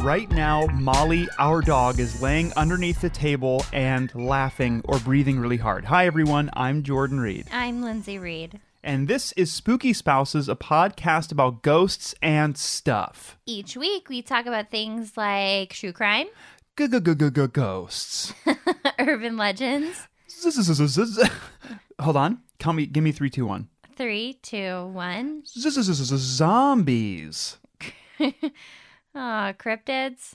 Right now, Molly, our dog, is laying underneath the table and laughing or breathing really hard. Hi, everyone. I'm Jordan Reed. I'm Lindsay Reed. And this is Spooky Spouses, a podcast about ghosts and stuff. Each week, we talk about things like true crime, Ghosts. urban legends. Zzz. Hold on. Tell me, give me three, two, one. Three, two, one. Zombies. Aw, cryptids.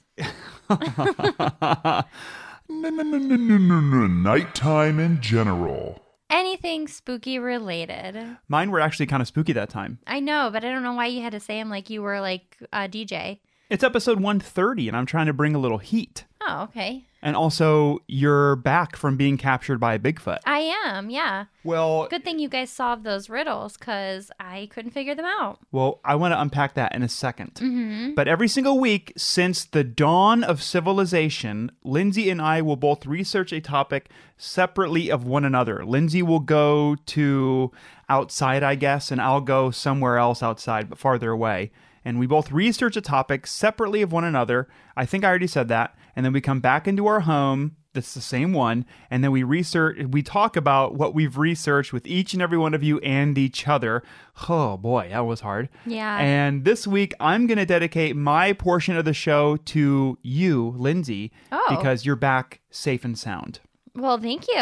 Nighttime in general. Anything spooky related. Mine were actually kind of spooky that time. I know, but I don't know why you had to say them like you were like a DJ. It's episode 130, and I'm trying to bring a little heat. Oh, okay. And also, you're back from being captured by a Bigfoot. I am, yeah. Well, Good thing you guys solved those riddles because I couldn't figure them out. Well, I want to unpack that in a 2nd But every single week since the dawn of civilization, Lindsay and I will both research a topic separately of one another. Lindsay will go to outside, I guess, and I'll go somewhere else outside, but farther away. And we both research a topic separately of one another. I think I already said that. And then we come back into our home. That's the same one. And then we research, we talk about what we've researched with each and every one of you and each other. Oh boy, that was hard. Yeah. And this week, I'm going to dedicate my portion of the show to you, Lindsay, Oh. because you're back safe and sound. Well, thank you.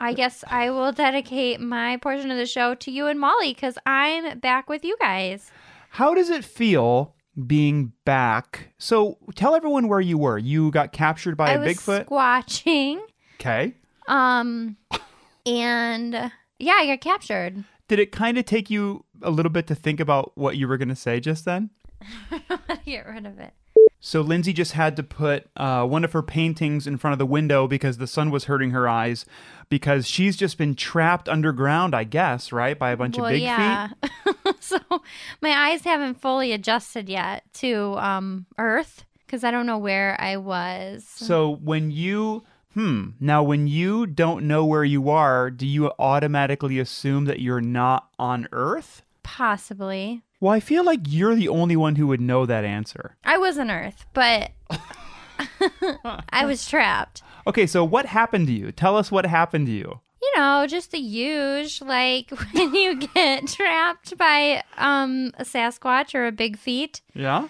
I guess I will dedicate my portion of the show to you and Molly because I'm back with you guys. How does it feel being back? So tell everyone where you were. You got captured by I a was Bigfoot. squatching. okay. Um, and uh, yeah, I got captured. Did it kind of take you a little bit to think about what you were going to say just then? Get rid of it. So Lindsay just had to put uh, one of her paintings in front of the window because the sun was hurting her eyes because she's just been trapped underground, I guess, right? By a bunch well, of big feet. yeah. so my eyes haven't fully adjusted yet to um Earth because I don't know where I was. So when you hmm now when you don't know where you are, do you automatically assume that you're not on Earth? Possibly, Well, I feel like you're the only one who would know that answer. I was on Earth, but I was trapped. Okay, so what happened to you? Tell us what happened to you. you know, just the huge, like when you get trapped by um a Sasquatch or a big feet. Yeah.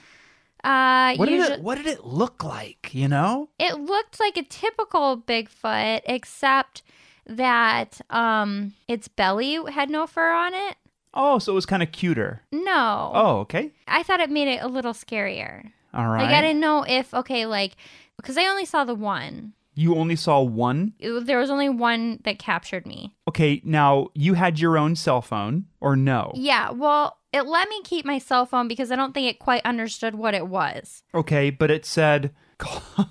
Uh, What did usually, it, what did it look like? You know? it looked like a typical Bigfoot, except that um its belly had no fur on it. Oh, so it was kind of cuter. No, Oh, okay. I thought it made it a little scarier. All right. Like I didn't know if okay, like because I only saw the one. You only saw one. It- there was only one that captured me. Okay, now you had your own cell phone or no? Yeah, well, it let me keep my cell phone because I don't think it quite understood what it was. Okay, but it said call-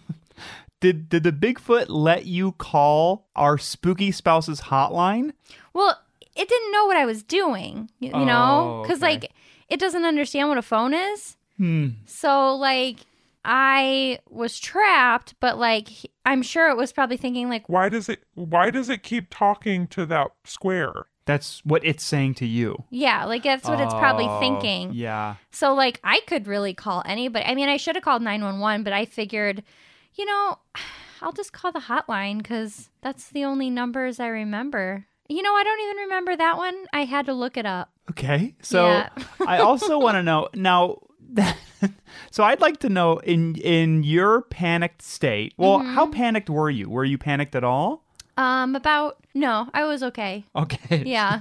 Did did the Bigfoot let you call our spooky spouse's hotline? Well, it didn't know what I was doing, y- you know? Oh, Because, okay. like, it doesn't understand what a phone is. Hmm. So, like, I was trapped, but, like, he- I'm sure it was probably thinking, like, Why does it why does it keep talking to that square? That's what it's saying to you. yeah, like, that's what it's probably Oh, thinking. Yeah. So, like, I could really call anybody. I mean, I should have called 911, but I figured, you know, I'll just call the hotline because that's the only numbers I remember. You know, I don't even remember that one. I had to look it up. Okay. So Yeah. I also want to know now. so I'd like to know in in your panicked state. Well, Mm-hmm. how panicked were you? Were you panicked at all? Um, about, no, I was okay. Okay. Yeah.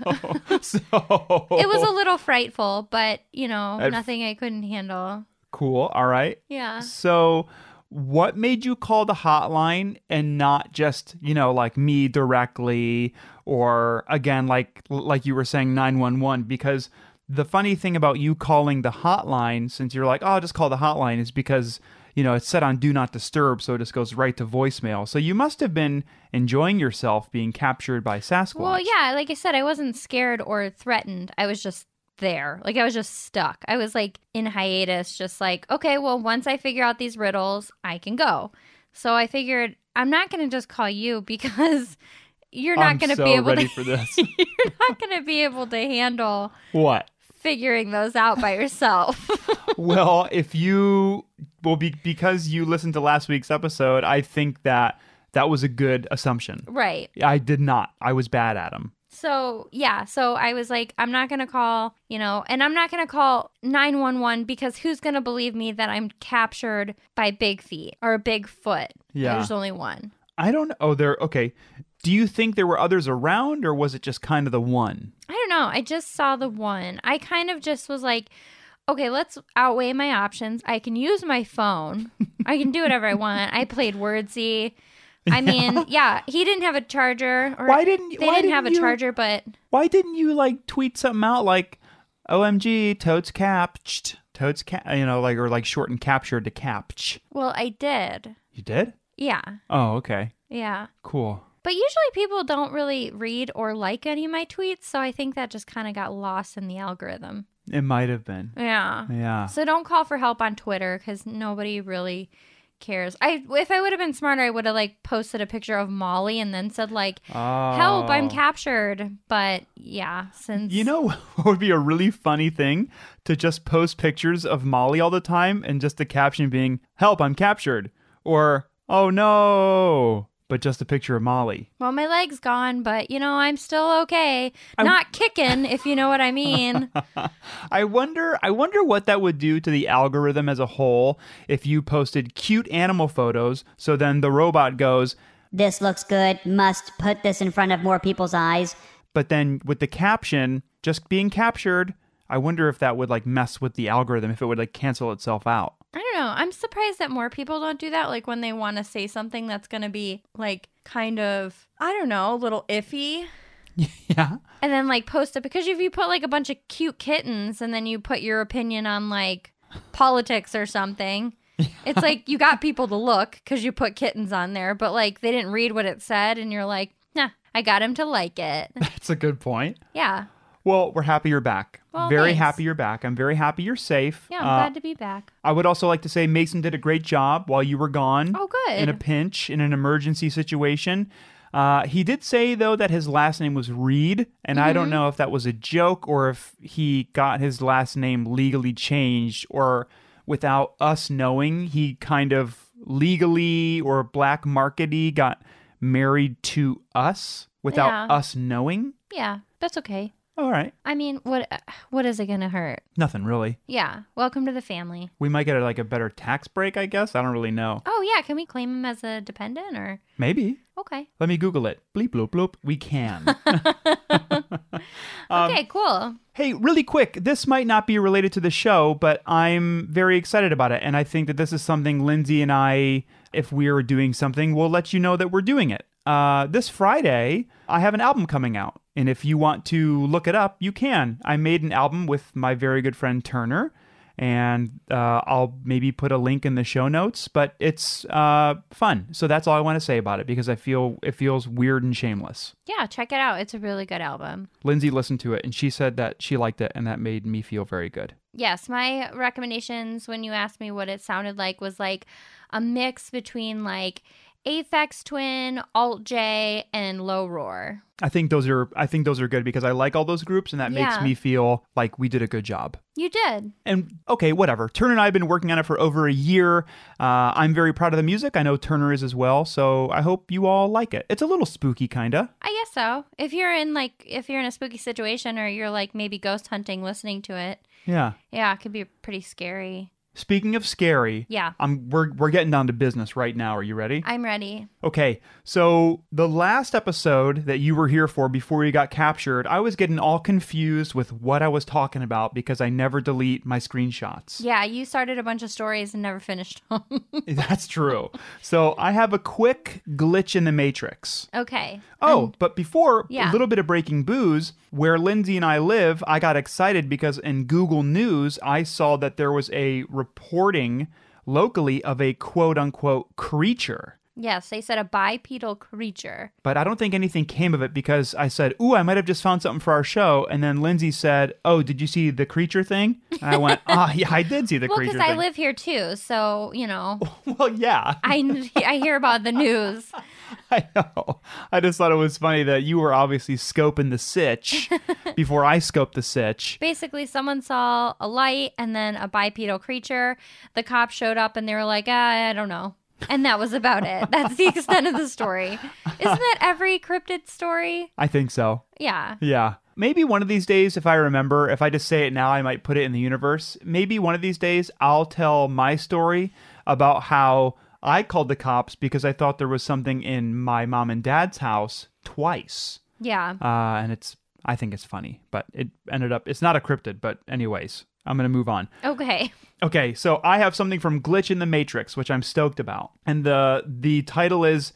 So, so- It was a little frightful, but, you know, Oh. At- nothing I couldn't handle. cool. All right. Yeah. So, what made you call the hotline and not just, you know, like me directly or again like like you were saying 911 because the funny thing about you calling the hotline since you're like, "Oh, just call the hotline" is because you know, it's set on do not disturb, so it just goes right to voicemail. So you must have been enjoying yourself being captured by Sasquatch. Well, yeah, like I said, I wasn't scared or threatened. I was just there. Like I was just stuck. I was like in hiatus, just like, okay, well, once I figure out these riddles, I can go. So I figured I'm not going to just call you because you're not I'm going to so be able ready to. for this. you're not going to be able to handle what? figuring those out by yourself. well, if you well be, because you listened to last week's episode, I think that that was a good assumption. right. I did not. I was bad at them. So, yeah. So I was like, I'm not going to call, you know, and I'm not going to call 911 because who's going to believe me that I'm captured by Big Feet or Big Foot? Yeah. There's only one. I don't. Oh, there. Okay. Do you think there were others around, or was it just kind of the one? I don't know. I just saw the one. I kind of just was like, okay, let's outweigh my options. I can use my phone. I can do whatever I want. I played Wordsy. I mean, yeah, he didn't have a charger. Or Why didn't- they why didn't have didn't a you- charger? But Why didn't you like tweet something out like, "OMG, totes captured, totes cap," you know, like or like shortened captured to capch? well, I did. You did? Yeah, Oh, okay, yeah. cool. But usually people don't really read or like any of my tweets, so I think that just kind of got lost in the algorithm. It might have been. Yeah. Yeah. So don't call for help on Twitter because nobody really cares. I if I would have been smarter, I would have like posted a picture of Molly and then said like, Oh. "Help, I'm captured." But yeah, since You know what would be a really funny thing to just post pictures of Molly all the time and just the caption being "Help, I'm captured" or "Oh no," but just a picture of Molly. well, my leg's gone, but you know I'm still okay, not kicking, if you know what I mean. I wonder I wonder what that would do to the algorithm as a whole if you posted cute animal photos so then the robot goes This looks good. Must put this in front of more people's eyes. but then with the caption just being captured I wonder if that would like mess with the algorithm if it would like cancel itself out. I don't know. I'm surprised that more people don't do that. Like when they want to say something that's going to be like kind of, I don't know, a little iffy. Yeah. And then like post it because if you put like a bunch of cute kittens and then you put your opinion on like politics or something, it's like you got people to look because you put kittens on there, but like they didn't read what it said and you're like, nah, I got him to like it. That's a good point. yeah. Well, we're happy you're back. Well, very thanks. happy you're back. I'm very happy you're safe. Yeah. I'm Uh, glad to be back. I would also like to say Mason did a great job while you were gone. Oh, good. In a pinch, in an emergency situation. Uh, he did say, though, that his last name was Reed, and I Mm-hmm. don't know if that was a joke or if he got his last name legally changed or without us knowing, he kind of legally or black markety got married to us without Yeah. us knowing. Yeah. That's okay. All right. I mean, what uh, what is it going to hurt? Nothing really. Yeah. Welcome to the family. We might get a, like a better tax break, I guess. I don't really know. Oh yeah, can we claim him as a dependent or Maybe. okay? Let me Google it. Bleep, bloop, bloop. We can. okay, cool. hey, really quick, this might not be related to the show, but I'm very excited about it. And I think that this is something Lindsay and I, if we are doing something, we'll let you know that we're doing it. Uh, this Friday, I have an album coming out. And if you want to look it up, you can. I made an album with my very good friend Turner. And uh, I'll maybe put a link in the show notes, but it's uh, fun. So that's all I want to say about it because I feel it feels weird and shameless. Yeah, check it out. It's a really good album. Lindsay listened to it and she said that she liked it and that made me feel very good. Yes, my recommendations when you asked me what it sounded like was like a mix between like Aphex Twin, Alt J, and Low Roar. I think those are I think those are good because I like all those groups and that makes Yeah. me feel like we did a good job. You did. And okay, whatever. Turner and I have been working on it for over a year. Uh, I'm very proud of the music. I know Turner is as well. So I hope you all like it. It's a little spooky, kinda. I guess so. If you're in like if you're in a spooky situation or you're like maybe ghost hunting listening to it, Yeah. yeah, it could be pretty scary. Speaking of scary, Yeah. I'm we're we're getting down to business right now. Are you ready? I'm ready. Okay, so the last episode that you were here for before you got captured, I was getting all confused with what I was talking about because I never delete my screenshots. Yeah, you started a bunch of stories and never finished them. That's true. So I have a quick glitch in the matrix. okay. Oh, but before yeah. a little bit of breaking booze, where Lindsay and I live, I got excited because in Google News, I saw that there was a reporting locally of a quote unquote creature. Yes, they said a bipedal creature. But I don't think anything came of it because I said, Ooh, I might have just found something for our show. And then Lindsay said, Oh, did you see the creature thing? And I went, Ah, yeah, I did see the Well, creature because thing. Oh I live here too, so you know, well, yeah, I I hear about the news. I know. I just thought it was funny that you were obviously scoping the sitch before I scoped the sitch. Basically, someone saw a light and then a bipedal creature. The cops showed up and they were like, ah, I don't know. And that was about it. That's the extent of the story. Isn't that every cryptid story? I think so. Yeah. Yeah. Maybe one of these days, if I remember, if I just say it now, I might put it in the universe. Maybe one of these days, I'll tell my story about how I called the cops because I thought there was something in my mom and dad's house twice. Yeah. Uh, and it's, I think it's funny, but it ended up, it's not a cryptid, but anyways, I'm going to move on. Okay. Okay, so I have something from Glitch in the Matrix, which I'm stoked about. And the the title is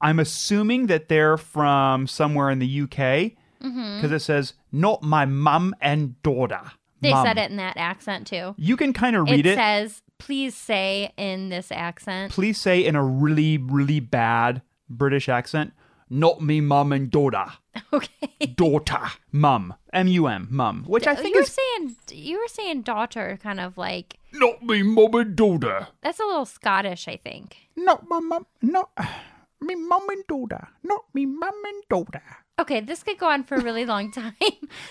I'm assuming that they're from somewhere in the UK because Mm-hmm. it says not my mum and daughter. They Mum. said it in that accent too. You can kind of read it. says, please say in this accent. Please say in a really really bad British accent, not me mum and daughter. Okay. Daughter, mum, M U M, mum, which I think you were is saying you were saying daughter kind of like not me mum and daughter. that's a little Scottish, I think. Not my mum, not me mum and daughter. Not me mum and daughter. Okay, this could go on for a really long time.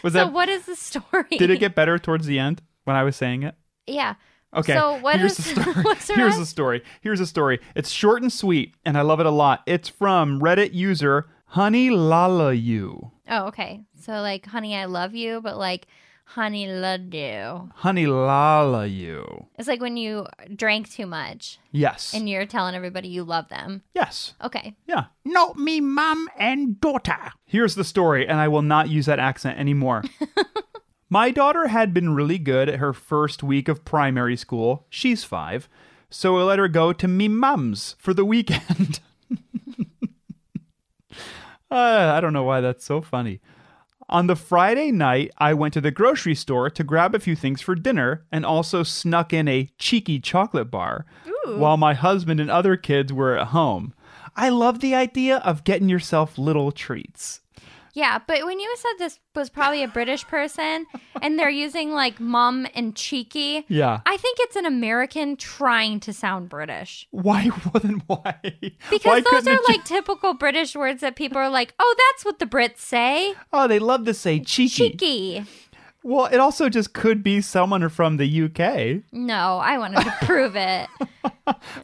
Was so that- what is the story? Did it get better towards the end when I was saying it? Yeah. Okay. So what here's is the story. what's her here's name? the story. Here's the story. It's short and sweet, and I love it a lot. It's from Reddit user Honey Lala You. Oh, okay. So like, honey, I love you, but like, honey, love you. Honey Lala You. It's like when you drank too much Yes. and you're telling everybody you love them. yes. Okay. Yeah. Not me, mum and daughter. Here's the story, and I will not use that accent anymore. My daughter had been really good at her first week of primary school. She's five. So I let her go to me mum's for the weekend. Uh, I don't know why that's so funny. On the Friday night, I went to the grocery store to grab a few things for dinner and also snuck in a cheeky chocolate bar while my husband and other kids were at home. I love the idea of getting yourself little treats. Yeah, but when you said this was probably a British person and they're using like mum and cheeky, Yeah. I think it's an American trying to sound British. Why wouldn't why? why Because those couldn't are it ju- like typical British words that people are like, oh, that's what the Brits say. oh, they love to say cheeky. Cheeky. Well, it also just could be someone from the UK. No, I wanted to prove it.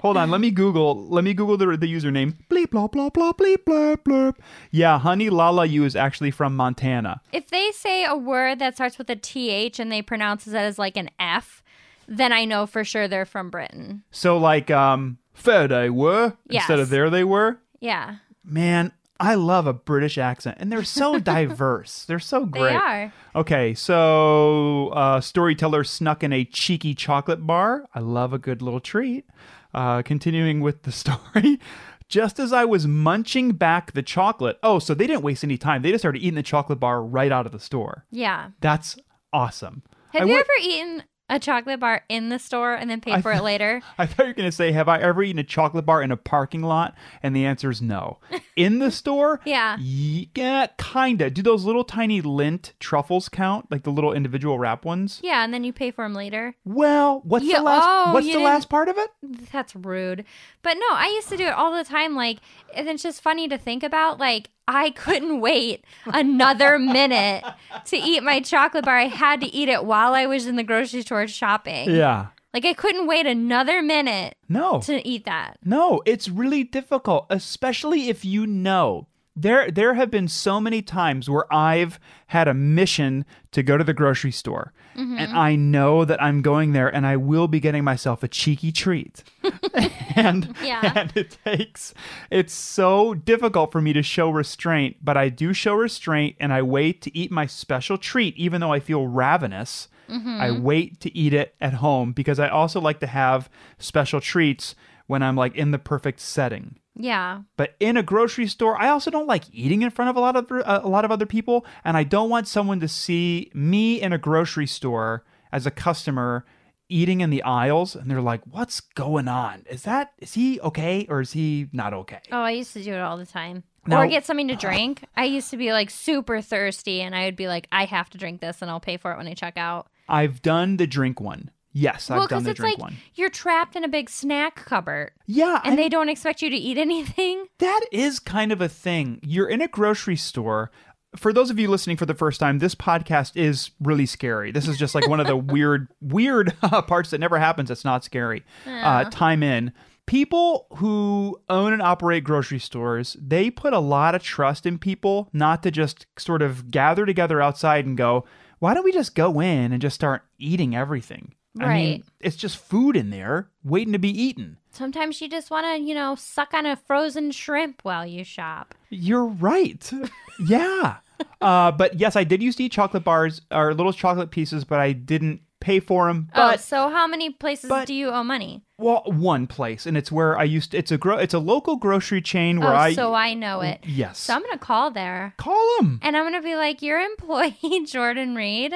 Hold on, let me Google. Let me Google the, the username. Bleep blah blah blah bleep blurp blurp. Yeah, honey Lala you is actually from Montana. If they say a word that starts with a TH and they pronounce it as like an F, then I know for sure they're from Britain. So like um fair they were instead of Yes. there they were. Yeah, Man, I love a British accent, and they're so diverse. They're so they great. are. Okay, so uh, storyteller snuck in a cheeky chocolate bar. I love a good little treat. Uh, continuing with the story, just as I was munching back the chocolate, oh, so they didn't waste any time. They just started eating the chocolate bar right out of the store. Yeah. That's awesome. Have I you would- ever eaten a chocolate bar in the store and then paid for it later? I thought you were going to say, Have I ever eaten a chocolate bar in a parking lot? And the answer is no. In the store? Yeah. y- Yeah, kinda. Do those little tiny lint truffles count? Like the little individual wrap ones? Yeah, and then you pay for them later. Well, what's Yeah, the last oh, what's you the didn't- Mm. last part of it? That's rude. But no, I used to do it all the time. Like, and it's just funny to think about. Like, I couldn't wait another minute to eat my chocolate bar. I had to eat it while I was in the grocery store shopping. Yeah. Like, I couldn't wait another minute No. to eat that. No, it's really difficult, especially if you know. There there have been so many times where I've had a mission to go to the grocery store Mm-hmm. and I know that I'm going there and I will be getting myself a cheeky treat. and Yeah. and it takes it's so difficult for me to show restraint, but I do show restraint and I wait to eat my special treat even though I feel ravenous. I wait to eat it at home because I also like to have special treats when I'm like in the perfect setting. Yeah. But in a grocery store, I also don't like eating in front of a lot of uh, a lot of other people, and I don't want someone to see me in a grocery store as a customer eating in the aisles and they're like, what's going on? Is that, is he okay or is he not okay? Oh, I used to do it all the time. Now- or get something to drink. I used to be like super thirsty and I would be like, I have to drink this and I'll pay for it when I check out. I've done the drink one. Yes, well, I've done because the it's drink like one. you're trapped in a big snack cupboard Yeah, and I- they don't expect you to eat anything. That is kind of a thing. You're in a grocery store. For those of you listening for the first time, this podcast is really scary. This is just like one of the weird, weird uh, parts that never happens. It's not scary. Uh, time in. People who own and operate grocery stores, they put a lot of trust in people not to just sort of gather together outside and go, why don't we just go in and just start eating everything? I mean, Right. it's just food in there waiting to be eaten. Sometimes you just want to, you know, suck on a frozen shrimp while you shop. You're right. Yeah. uh, but yes, I did used to eat chocolate bars or little chocolate pieces, but I didn't pay for them. oh, But so how many places but- do you owe money? well, one place, and it's where I used. it's a gro- it's a local grocery chain where oh, I so I know it. yes. So I'm going to call there call them. and I'm going to be like, your employee, Jordan Reed,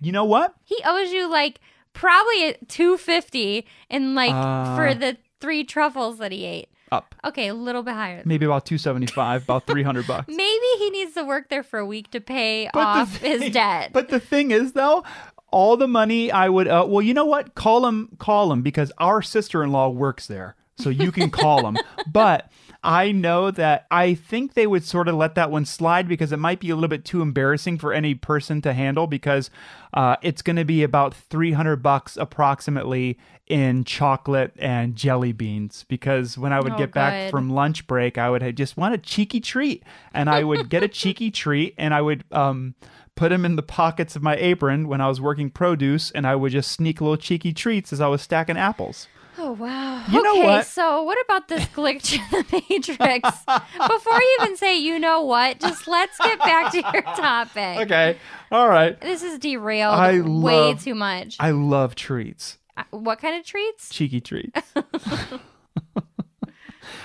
You know what? he owes you like probably 250 in like for Uh. the three truffles that he ate. Up Okay, a little bit higher. maybe about two seventy five, about three hundred bucks. Maybe he needs to work there for a week to pay But the off thing- his debt. But the thing is, though, all the money I would. Uh, well, you know what? Call him. Call him because our sister in law works there, so you can call him. But I know that I think they would sort of let that one slide because it might be a little bit too embarrassing for any person to handle because uh, it's going to be about three hundred bucks approximately in chocolate and jelly beans because when I would Oh, get back good. from lunch break, I would just want a cheeky treat, and I would get a cheeky treat, and I would um, put them in the pockets of my apron when I was working produce, and I would just sneak little cheeky treats as I was stacking apples. Oh wow. You know okay, what? so what about this glitch in the matrix? Before you even say you know what, just let's get back to your topic. Okay, all right. This is derailed I way love- too much. I love treats, Uh, what kind of treats? cheeky treats.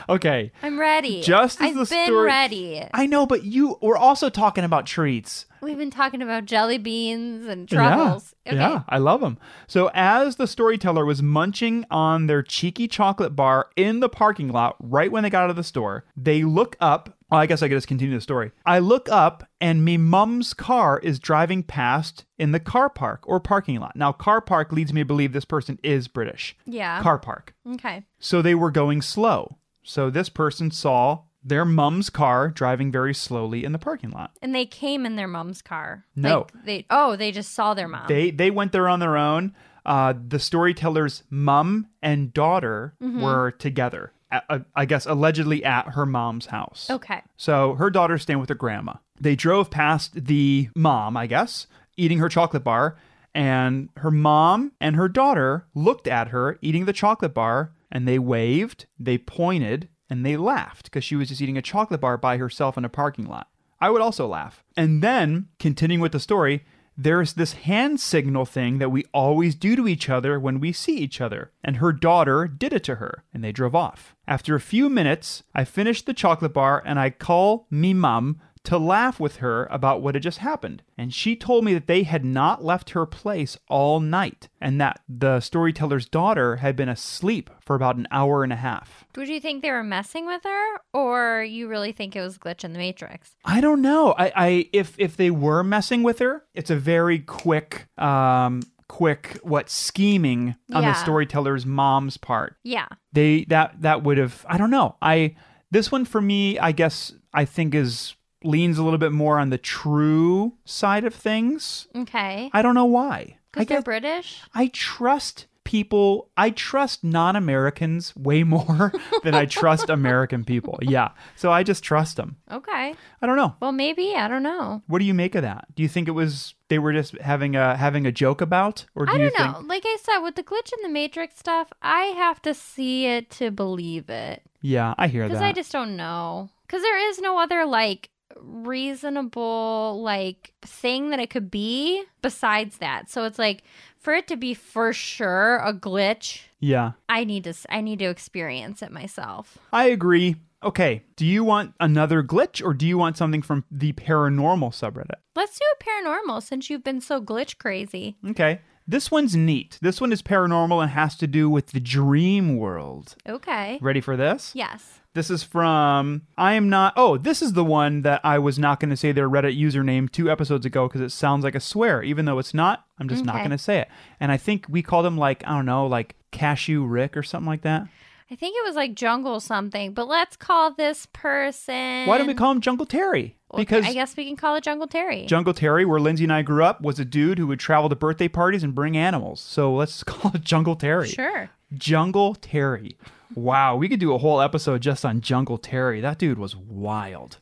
okay, I'm ready. Just as I've the been story- ready. I know, but you were also talking about treats. We've been talking about jelly beans and Yeah. truffles. Okay. Yeah, I love them. So, as the storyteller was munching on their cheeky chocolate bar in the parking lot right when they got out of the store, they look up. Well, I guess I could just continue the story. I look up, and me mum's car is driving past in the car park or parking lot. Now, car park leads me to believe this person is British. Yeah. Car park. okay. So they were going slow. So this person saw their mum's car driving very slowly in the parking lot. And they came in their mom's car. No. Like they oh, they just saw their mom. They they went there on their own. Uh, the storyteller's mum and daughter were together. a- a- I guess allegedly at her mom's house. okay. So her daughter's staying with her grandma. They drove past the mom, I guess, eating her chocolate bar, and her mom and her daughter looked at her eating the chocolate bar, and they waved, they pointed, and they laughed because she was just eating a chocolate bar by herself in a parking lot. I would also laugh. And then, continuing with the story, there's this hand signal thing that we always do to each other when we see each other. And her daughter did it to her, and they drove off. After a few minutes, I finish the chocolate bar and I call me mum to laugh with her about what had just happened. And she told me that they had not left her place all night and that the storyteller's daughter had been asleep for about an hour and a half. Would you think they were messing with her, or you really think it was a glitch in the Matrix? I don't know. I, I if if they were messing with her, it's a very quick um quick what scheming on the Yeah. storyteller's mom's part. Yeah, They that that would have I don't know. I this one for me, I guess I think is leans a little bit more on the true side of things. okay. I don't know why. I Because they're guess- British. I trust people. I trust non-Americans way more than I trust American people. Yeah. So I just trust them. Okay. I don't know. Well, maybe I don't know. What do you make of that? Do you think it was they were just having a having a joke about, or do I you don't know. think? Like I said, with the glitch in the Matrix stuff, I have to see it to believe it Yeah, I hear because that. I just don't know. Because there is no other like reasonable like thing that it could be besides that. So it's like for it to be for sure a glitch, yeah, I need to s- I need to experience it myself. I agree. Okay, do you want another glitch, or do you want something from the paranormal subreddit? Let's do a paranormal since you've been so glitch crazy. Okay, This one's neat. This one is paranormal and has to do with the dream world. Okay. Ready for this? Yes. This is from I am not. Oh, this is the one that I was not going to say their Reddit username two episodes ago because it sounds like a swear, even though it's not. I'm just not Okay. going to say it. And I think we called him like I don't know, like Cashew Rick or something like that. I think it was like jungle something, but let's call this person. Why don't we call him Jungle Terry? Well, Because I guess we can call it Jungle Terry. Jungle Terry, where Lindsay and I grew up, was a dude who would travel to birthday parties and bring animals. So let's call it Jungle Terry. Sure. Jungle Terry. Wow, we could do a whole episode just on Jungle Terry. That dude was wild.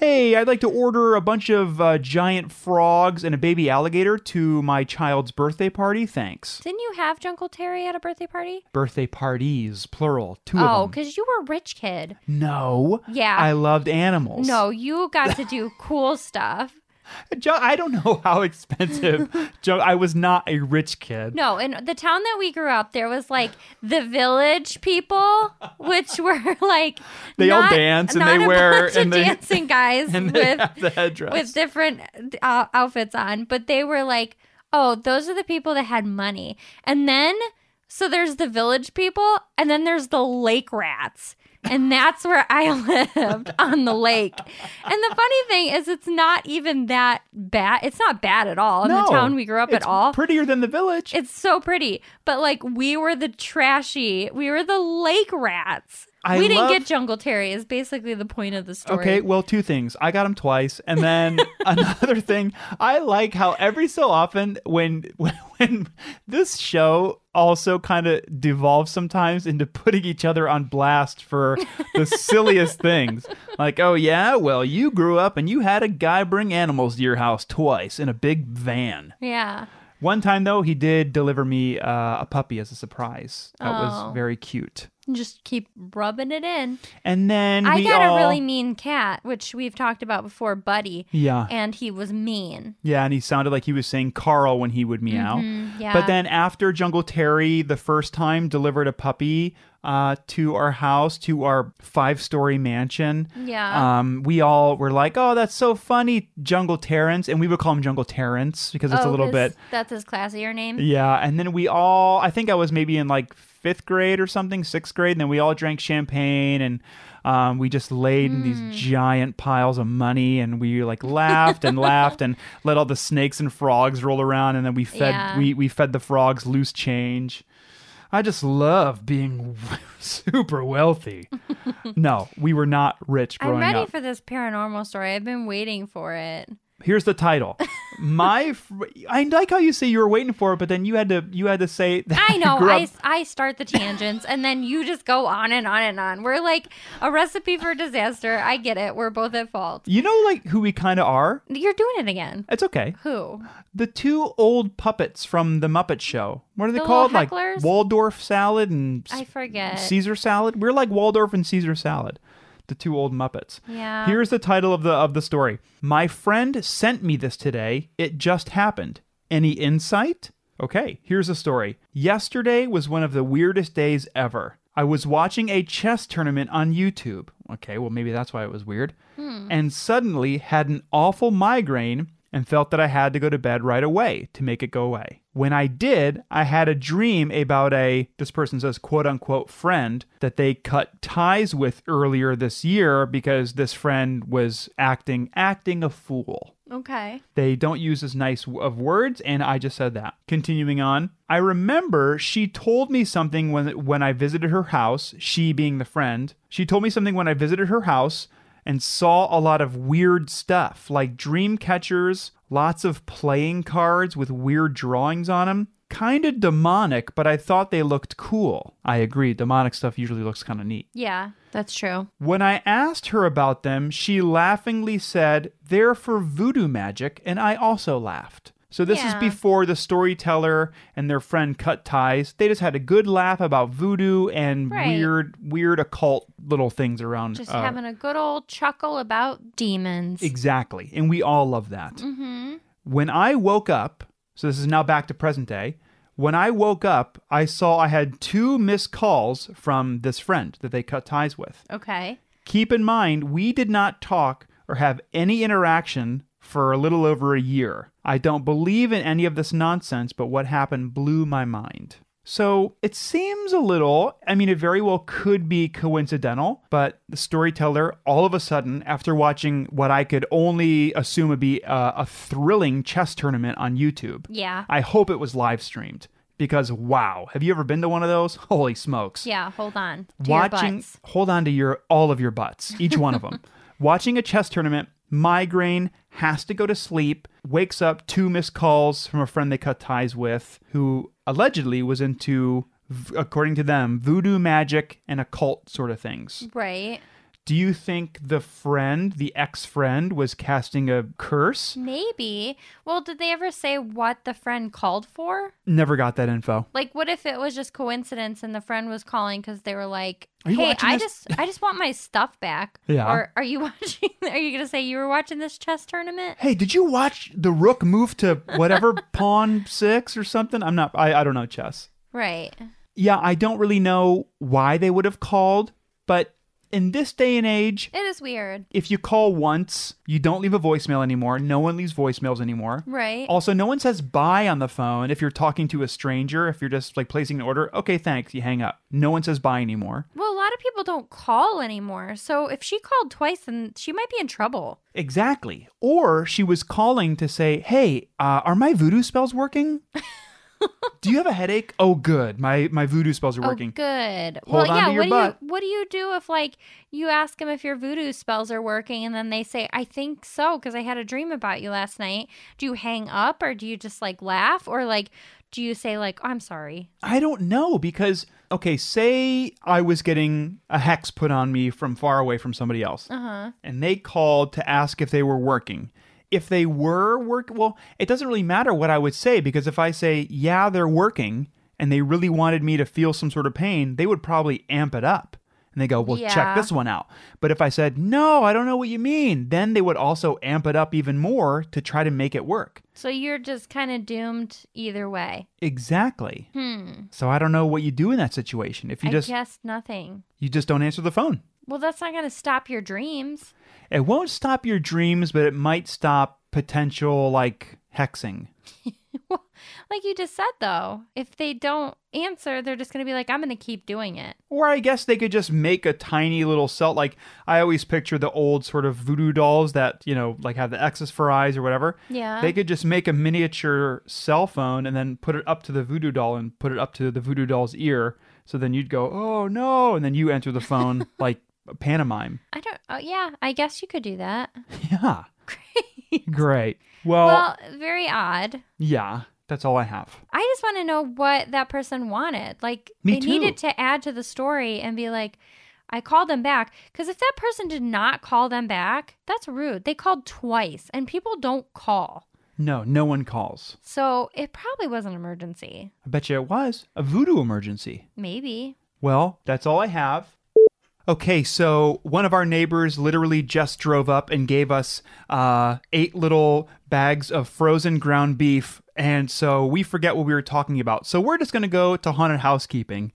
hey, I'd like to order a bunch of uh, giant frogs and a baby alligator to my child's birthday party. Thanks. Didn't you have Jungle Terry at a birthday party? Birthday parties, plural, two Oh, of them. because you were a rich kid. No. Yeah. I loved animals. No, you got to do cool stuff. Ju- I don't know how expensive. Ju- I was not a rich kid. No, in the town that we grew up, there was like the village people, which were like They all not- dance and not they a wear- bunch and of they- dancing guys And they with have the headdress. with different uh, outfits on, but they were like, oh, those are the people that had money. And then, so there's the village people, and then there's the lake rats. And that's where I lived on the lake. And the funny thing is, it's not even that bad. It's not bad at all in no, the town we grew up it's at all. Prettier than the village. it's so pretty, but like we were the trashy, we were the lake rats. I we didn't love- get Jungle Terry. Is basically the point of the story. Okay, well, two things. I got him twice, and then another thing. I like how every so often when when, when this show also kind of devolves sometimes into putting each other on blast for the silliest things. Like, oh yeah, well, you grew up and you had a guy bring animals to your house twice in a big van. Yeah. One time though, he did deliver me uh, a puppy as a surprise. That Oh. was very cute. Just keep rubbing it in. And then I we got all- a really mean cat, which we've talked about before, Buddy. yeah. And he was mean. Yeah, and he sounded like he was saying Carl when he would meow. Mm-hmm, yeah. But then after Jungle Terry, the first time, delivered a puppy uh, to our house, to our five story mansion. Yeah. Um, we all were like, oh, that's so funny, Jungle Terrence. And we would call him Jungle Terrence because it's a Oh, little 'cause bit. That's his classier name. Yeah. And then we all, I think I was maybe in like fifth grade or something, sixth grade. And then we all drank champagne and um, we just laid in Hmm. these giant piles of money and we like laughed and laughed and let all the snakes and frogs roll around. And then we fed, Yeah. we, we fed the frogs loose change. I just love being super wealthy. no, we were not rich growing I'm ready up. for this paranormal story. I've been waiting for it. Here's the title. My, fr- I like how you say you were waiting for it, but then you had to you had to say. That I you know. grew I, up- I start the tangents and then you just go on and on and on. We're like a recipe for disaster. I get it. We're both at fault. You know, like who we kind of are. You're doing it again. It's okay. Who? The two old puppets from the Muppet Show. What are they The little called? Like hecklers? Waldorf salad and I forget. Caesar salad. We're like Waldorf and Caesar salad. The two old Muppets. Yeah. Here's the title of the of the story. My friend sent me this today. It just happened. Any insight? Okay, here's the story. Yesterday was one of the weirdest days ever. I was watching a chess tournament on YouTube. Okay, well maybe that's why it was weird. And suddenly had an awful migraine and felt that I had to go to bed right away to make it go away. When I did, I had a dream about a, this person says, quote unquote, friend that they cut ties with earlier this year because this friend was acting, acting a fool. okay. They don't use as nice w- of words, and I just said that. Continuing on, I remember she told me something when when I visited her house. She being the friend, she told me something when I visited her house and saw a lot of weird stuff, like dream catchers, lots of playing cards with weird drawings on them. Kind of demonic, but I thought they looked cool. I agree, demonic stuff usually looks kind of neat. Yeah, that's true. When I asked her about them, she laughingly said, They're for voodoo magic, and I also laughed. So this Yeah. is before the storyteller and their friend cut ties. They just had a good laugh about voodoo and Right. weird, weird occult little things around. Just uh, having a good old chuckle about demons. exactly, and we all love that. mm-hmm. When I woke up, so this is now back to present day. When I woke up, I saw I had two missed calls from this friend that they cut ties with. Okay. Keep in mind, we did not talk or have any interaction for a little over a year. I don't believe in any of this nonsense, but what happened blew my mind. So it seems a little, I mean, it very well could be coincidental, but the storyteller, all of a sudden, after watching what I could only assume would be a, a thrilling chess tournament on YouTube, Yeah. I hope it was live streamed because wow, have you ever been to one of those? Holy smokes. Yeah. Hold on. To Your Watching butts. hold on to your all of your butts, each one of them. Watching a chess tournament, migraine, has to go to sleep, wakes up two missed calls from a friend they cut ties with who allegedly was into v- according to them voodoo magic and occult sort of things. Right. Do you think the friend, the ex-friend was casting a curse? Maybe. Well, did they ever say what the friend called for? Never got that info. Like, what if it was just coincidence and the friend was calling because they were like, Are you "Hey, watching I this?" just, I just want my stuff back." Yeah. Or are you watching? Are you gonna say you were watching this chess tournament? Hey, did you watch the rook move to whatever pawn six or something? I'm not, I, I don't know chess. Right. Yeah, I don't really know why they would have called, but in this day and age, It is weird. if you call once, you don't leave a voicemail anymore. No one leaves voicemails anymore. Right. Also, no one says bye on the phone if you're talking to a stranger, if you're just like placing an order. Okay, thanks, you hang up. No one says bye anymore. Well, a lot of people don't call anymore. So if she called twice, then she might be in trouble. Exactly. Or she was calling to say, "Hey, uh, are my voodoo spells working? Do you have a headache? Oh, good. My my voodoo spells are Oh, working. good. Hold well, on yeah. to your what butt. do you What do you do if like you ask them if your voodoo spells are working, and then they say, "I think so," because I had a dream about you last night. Do you hang up, or do you just like laugh, or like do you say like, "I'm sorry"? I don't know because okay, say I was getting a hex put on me from far away from somebody else, uh-huh. and they called to ask if they were working. If they were work, well, it doesn't really matter what I would say because if I say yeah, they're working, and they really wanted me to feel some sort of pain, they would probably amp it up. And they go, well, check Yeah. this one out. But if I said, no, I don't know what you mean, then they would also amp it up even more to try to make it work. So you're just kind of doomed either way. Exactly. Hmm. So I don't know what you do in that situation. If you I just guess nothing. you just don't answer the phone. Well, that's not going to stop your dreams. It won't stop your dreams, but it might stop potential like hexing. Well, like you just said, though, if they don't answer, they're just going to be like, I'm going to keep doing it. Or I guess they could just make a tiny little cell. Like I always picture the old sort of voodoo dolls that you know, like have the X's for eyes or whatever. Yeah. They could just make a miniature cell phone and then put it up to the voodoo doll and put it up to the voodoo doll's ear. So then you'd go, "Oh no!" and then you enter the phone like a pantomime. I don't, oh, yeah, I guess you could do that. Yeah, Great. great. well Well, very odd. yeah, that's all I have. I just want to know what that person wanted. Like, Me they too. needed to add to the story and be like, I called them back. Because if that person did not call them back, that's rude. They called twice, and people don't call. No, no one calls. So it probably was an emergency. I bet you it was a voodoo emergency. Maybe. Well, that's all I have. Okay, so one of our neighbors literally just drove up and gave us uh, eight little bags of frozen ground beef. And so we forget what we were talking about. So we're just going to go to haunted housekeeping.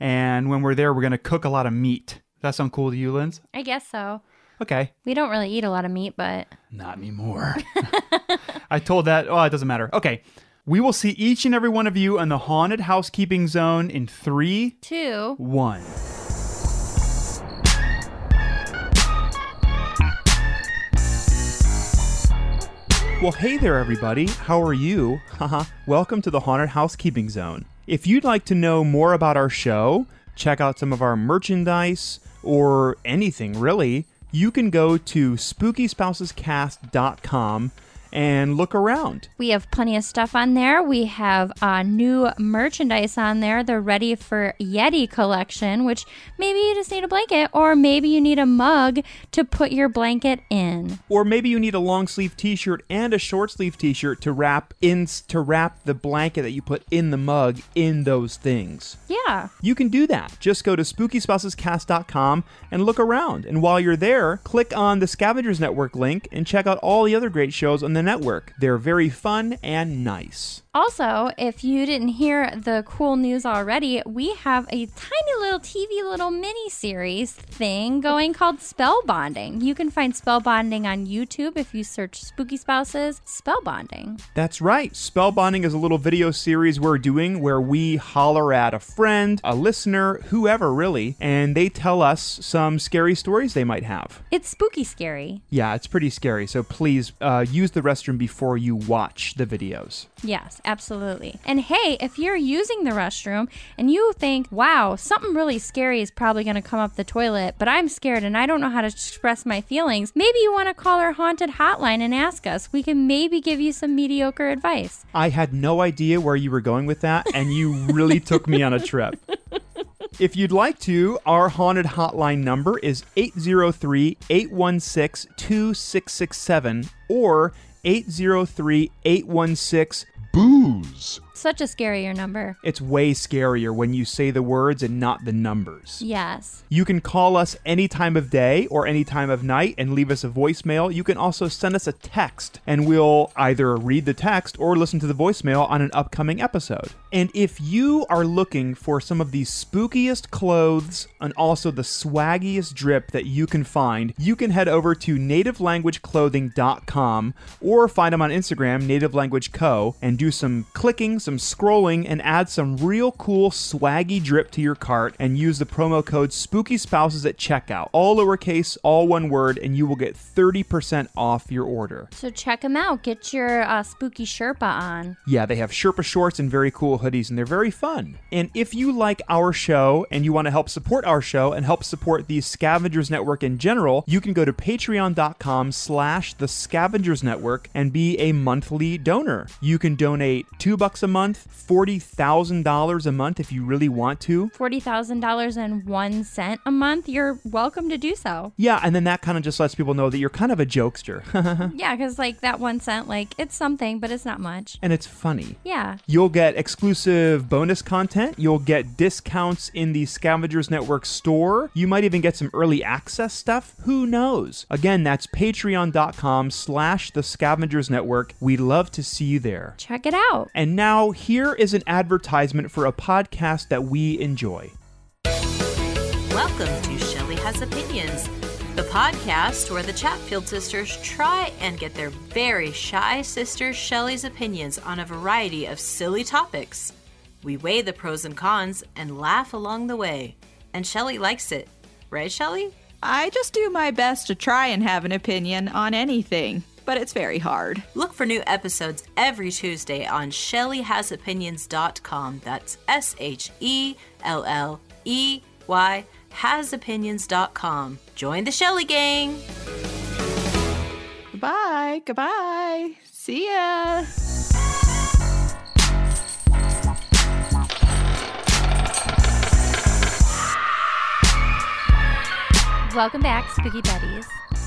And when we're there, we're going to cook a lot of meat. Does that sound cool to you, Linz? I guess so. Okay. We don't really eat a lot of meat, but Not anymore. I told that. Oh, it doesn't matter. Okay. We will see each and every one of you in the haunted housekeeping zone in three, two. one. Well, hey there, everybody. How are you? Haha. Welcome to the Haunted Housekeeping Zone. If you'd like to know more about our show, check out some of our merchandise, or anything really, you can go to spookyspousescast.com and look around. We have plenty of stuff on there. We have uh, new merchandise on there, the Ready for Yeti collection, which maybe you just need a blanket or maybe you need a mug to put your blanket in. or maybe you need a long sleeve t-shirt and a short sleeve t-shirt to wrap in to wrap the blanket that you put in the mug in those things Yeah. you can do that just go to spookyspousescast.com and look around and while you're there click on the scavengers network link and check out all the other great shows on the network they're very fun and nice Also, if you didn't hear the cool news already, we have a tiny little TV little mini series thing going called Spellbonding. You can find Spellbonding on YouTube if you search Spooky Spouses Spellbonding. That's right. Spellbonding is a little video series we're doing where we holler at a friend, a listener, whoever really, and they tell us some scary stories they might have. It's spooky scary. Yeah, it's pretty scary. So please uh, use the restroom before you watch the videos. Yes, absolutely. And hey, if you're using the restroom and you think, wow, something really scary is probably going to come up the toilet, but I'm scared and I don't know how to express my feelings, maybe you want to call our haunted hotline and ask us. We can maybe give you some mediocre advice. I had no idea where you were going with that, and you really took me on a trip. If you'd like to, our haunted hotline number is 803 816 2667 or 803 816 BOOZE. Such a scarier number. It's way scarier when you say the words and not the numbers. Yes. You can call us any time of day or any time of night and leave us a voicemail. You can also send us a text and we'll either read the text or listen to the voicemail on an upcoming episode. And if you are looking for some of the spookiest clothes and also the swaggiest drip that you can find, you can head over to nativelanguageclothing.com or find them on Instagram, Native Language Co., and do some clicking, some scrolling, and add some real cool swaggy drip to your cart and use the promo code Spooky Spouses at checkout. All lowercase, all one word, and you will get 30% off your order. So check them out. Get your uh, spooky Sherpa on. Yeah, they have Sherpa shorts and very cool hoodies, and they're very fun. And if you like our show and you want to help support our show and help support the Scavengers Network in general, you can go to patreon.com slash the Scavengers Network and be a monthly donor. You can donate two bucks a month, $40,000 a month if you really want to. $40,000 and one cent a month. You're welcome to do so. Yeah, and then that kind of just lets people know that you're kind of a jokester, Yeah, because like that one cent, like it's something, but it's not much. and it's funny. Yeah. You'll get exclusive bonus content. You'll get discounts in the Scavengers Network store. You might even get some early access stuff. Who knows? Again, that's patreon.com slash the Scavengers Network. We'd love to see you there. Check it out. And now here is an advertisement for a podcast that we enjoy. Welcome to Shelley Has Opinions, the podcast where the Chatfield sisters try and get their very shy sister Shelley's opinions on a variety of silly topics. We weigh the pros and cons and laugh along the way. And Shelley likes it. Right, Shelley? I just do my best to try and have an opinion on anything, but it's very hard. Look for new episodes every Tuesday on ShellyHasOpinions.com. That's S H E L L E Y hasopinions.com. Join the Shelly gang. Goodbye, goodbye. See ya. Welcome back, Spooky Buddies.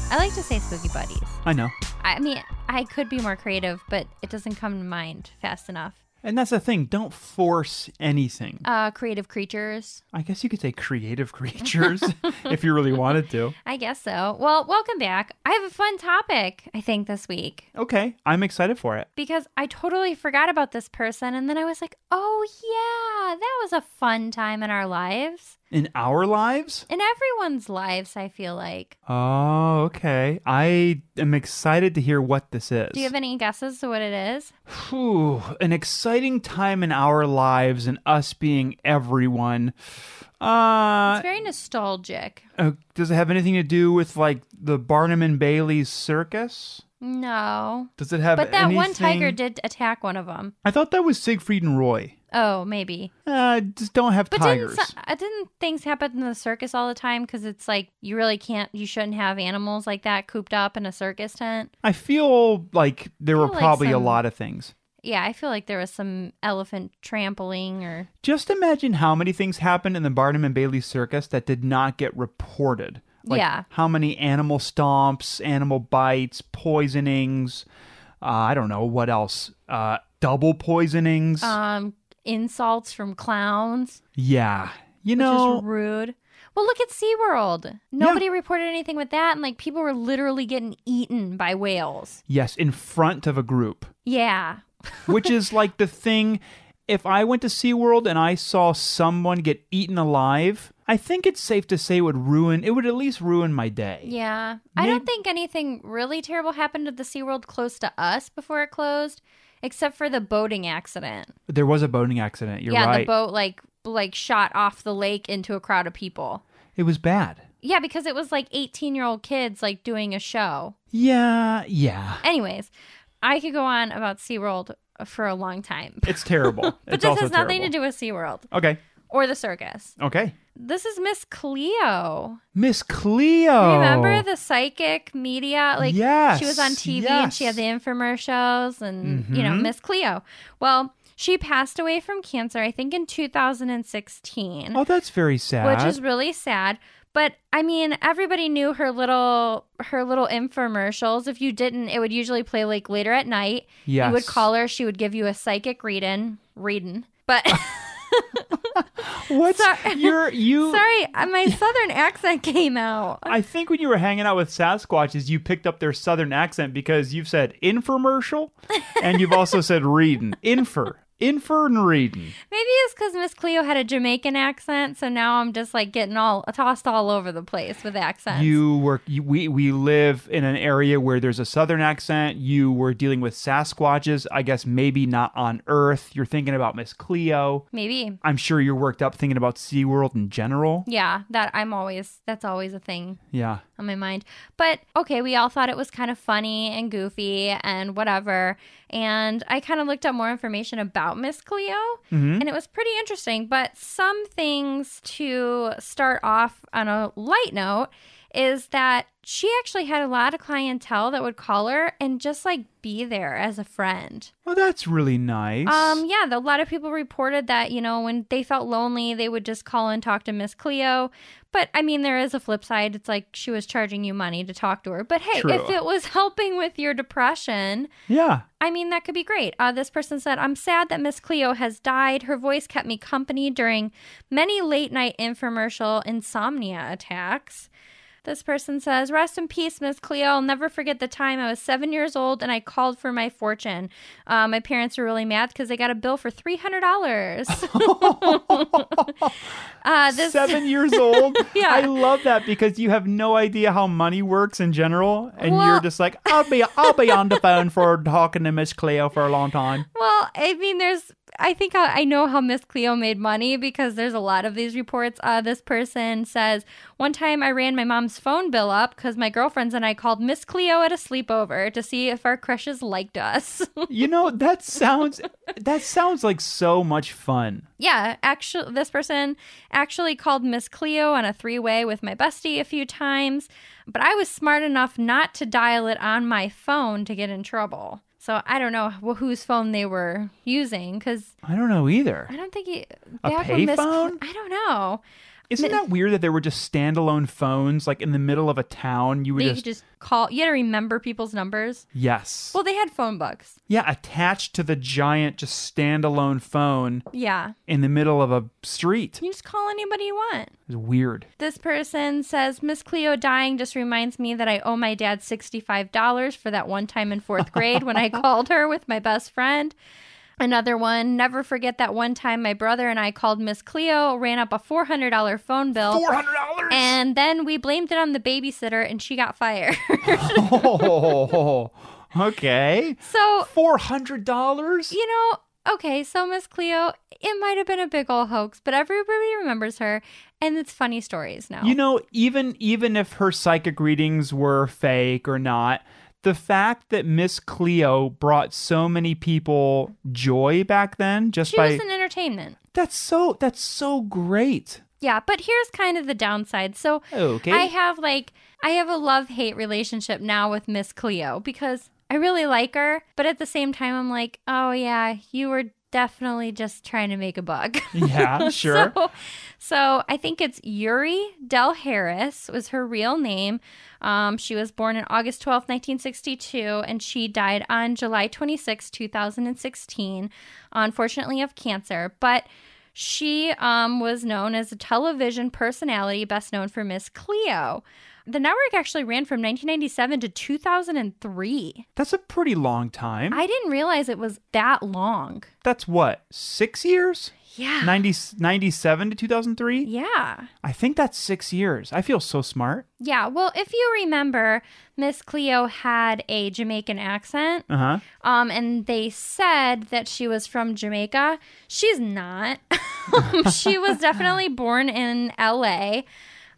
I like to say Spooky Buddies. I know. I mean, I could be more creative, but it doesn't come to mind fast enough. And that's the thing. Don't force anything. Uh, creative creatures. I guess you could say creative creatures if you really wanted to. I guess so. Well, welcome back. I have a fun topic, I think, this week Okay, I'm excited for it. because I totally forgot about this person. And then I was like, oh, yeah, that was a fun time in our lives. In our lives? In everyone's lives, I feel like. Oh, okay. I am excited to hear what this is. Do you have any guesses to what it is? Phew, an exciting time in our lives and us being everyone. Uh, It's very nostalgic. uh, does it have anything to do with like the Barnum and Bailey's circus? No. Does it have? But that one tiger anything- did attack one of them. I thought that was Siegfried and Roy. Oh, maybe. Uh, just don't have But tigers. didn't so- uh, didn't things happen in the circus all the time? Because it's like you really can't, you shouldn't have animals like that cooped up in a circus tent. I feel like there were feel like probably a some- lot of things. Yeah, I feel like there was some elephant trampling or Just imagine how many things happened in the Barnum and Bailey circus that did not get reported. Like Yeah. how many animal stomps, animal bites, poisonings, uh, I don't know what else. Uh, double poisonings. um insults from clowns, yeah. You which is know, rude. Well, look at SeaWorld. Nobody reported anything with that, and like people were literally getting eaten by whales. yes, in front of a group. Yeah. which is like the thing. If I went to SeaWorld and I saw someone get eaten alive, I think it's safe to say it would ruin, it would at least ruin my day. Yeah. I don't think anything really terrible happened at the SeaWorld close to us before it closed, except for the boating accident. There was a boating accident. You're yeah, right. the boat like like shot off the lake into a crowd of people. It was bad. Yeah, because it was like 18-year-old kids like doing a show. Yeah, yeah. Anyways, I could go on about SeaWorld for a long time. It's terrible. But this has nothing to do with SeaWorld do. Okay, or the circus. okay. This is Miss Cleo. Miss Cleo. Remember the psychic media? Like she was on Yes, Mm-hmm. TV and she had the infomercials and you know, Miss Cleo. Well, she passed away from cancer, I think in 2016, Oh, that's very sad. which is really sad. But I mean, everybody knew her little her little infomercials. If you didn't, it would usually play like later at night. You would Yes. call her, she would give you a psychic reading, reading. But What's Sorry. your you? Sorry, uh, my southern accent came out. I think when you were hanging out with Sasquatches, you picked up their southern accent because you've said infomercial, and you've also said reading infer infer and reading. Maybe it's because Miss Cleo had a Jamaican accent, so now I'm just like getting all tossed all over the place with accents. You were you, we we live in an area where there's a southern accent. You were dealing with Sasquatches. I guess maybe not on Earth. You're thinking about Miss Cleo. Maybe. I'm sure you're worked up thinking about SeaWorld in general. Yeah, that I'm always, that's always a thing Yeah. on my mind. But okay, we all thought it was kind of funny and goofy and whatever. And I kind of looked up more information about Miss Cleo, and it was pretty interesting. But some things to start off on a light note is that she actually had a lot of clientele that would call her and just like be there as a friend. Well, that's really nice. Um, yeah, the- a lot of people reported that, you know, when they felt lonely, they would just call and talk to Miss Cleo. But I mean, there is a flip side. It's like she was charging you money to talk to her. But hey, True. if it was helping with your depression, yeah. I mean, that could be great. Uh, this person said, I'm sad that Miss Cleo has died. Her voice kept me company during many late night infomercial insomnia attacks. This person says, Rest in peace, Miss Cleo. I'll never forget the time I was seven years old and I called for my fortune. Uh, my parents were really mad because they got a bill for $300. uh, this, Seven years old. Yeah. I love that because you have no idea how money works in general, and Well- you're just like, I'll be, I'll be on the phone for talking to Miss Cleo for a long time. Well, I mean, there's. I think I, I know how Miss Cleo made money because there's a lot of these reports. Uh, this person says one time I ran my mom's phone bill up because my girlfriends and I called Miss Cleo at a sleepover to see if our crushes liked us. You know that sounds, that sounds like so much fun. yeah, actually, this person actually called Miss Cleo on a three way with my bestie a few times, but I was smart enough not to dial it on my phone to get in trouble. So I don't know wh- whose phone they were using because I don't know either. I don't think he A back when Miss Cl- payphone? I don't know. Isn't that weird that there were just standalone phones like in the middle of a town? You would That you just, could just call. You had to remember people's numbers. yes, Well, they had phone books. yeah, attached to the giant just standalone phone Yeah, in the middle of a street. you just call anybody you want. It's weird. This person says Miss Cleo dying just reminds me that I owe my dad sixty five dollars for that one time in fourth grade when I called her with my best friend. Another one, never forget that one time my brother and I called Miss Cleo, ran up a four hundred dollar phone bill, Four hundred dollars. and then we blamed it on the babysitter, and she got fired. oh, okay. so Four hundred dollars. you know, okay, so Miss Cleo, it might have been a big old hoax, but everybody remembers her, and it's funny stories now. You know, even even if her psychic readings were fake or not, the fact that Miss Cleo brought so many people joy back then, just she by was an entertainment. that's so that's so great. Yeah, but here's kind of the downside. So Okay. I have like I have a love hate relationship now with Miss Cleo because I really like her, but at the same time I'm like, oh yeah, you were definitely just trying to make a buck. Yeah, sure. So, so I think it's Yuri Del Harris was her real name. Um, she was born on August twelfth, 1962, and she died on July twenty sixth, 2016, unfortunately of cancer. But She um, was known as a television personality best known for Miss Cleo. The network actually ran from 1997 to 2003. That's a pretty long time. I didn't realize it was that long. That's what, six years? Yeah. 90, 97 to 2003? yeah. I think that's six years. I feel so smart. Yeah. Well, if you remember, Miss Cleo had a Jamaican accent. Uh huh. Um, and they said that she was from Jamaica. She's not. she was definitely born in LA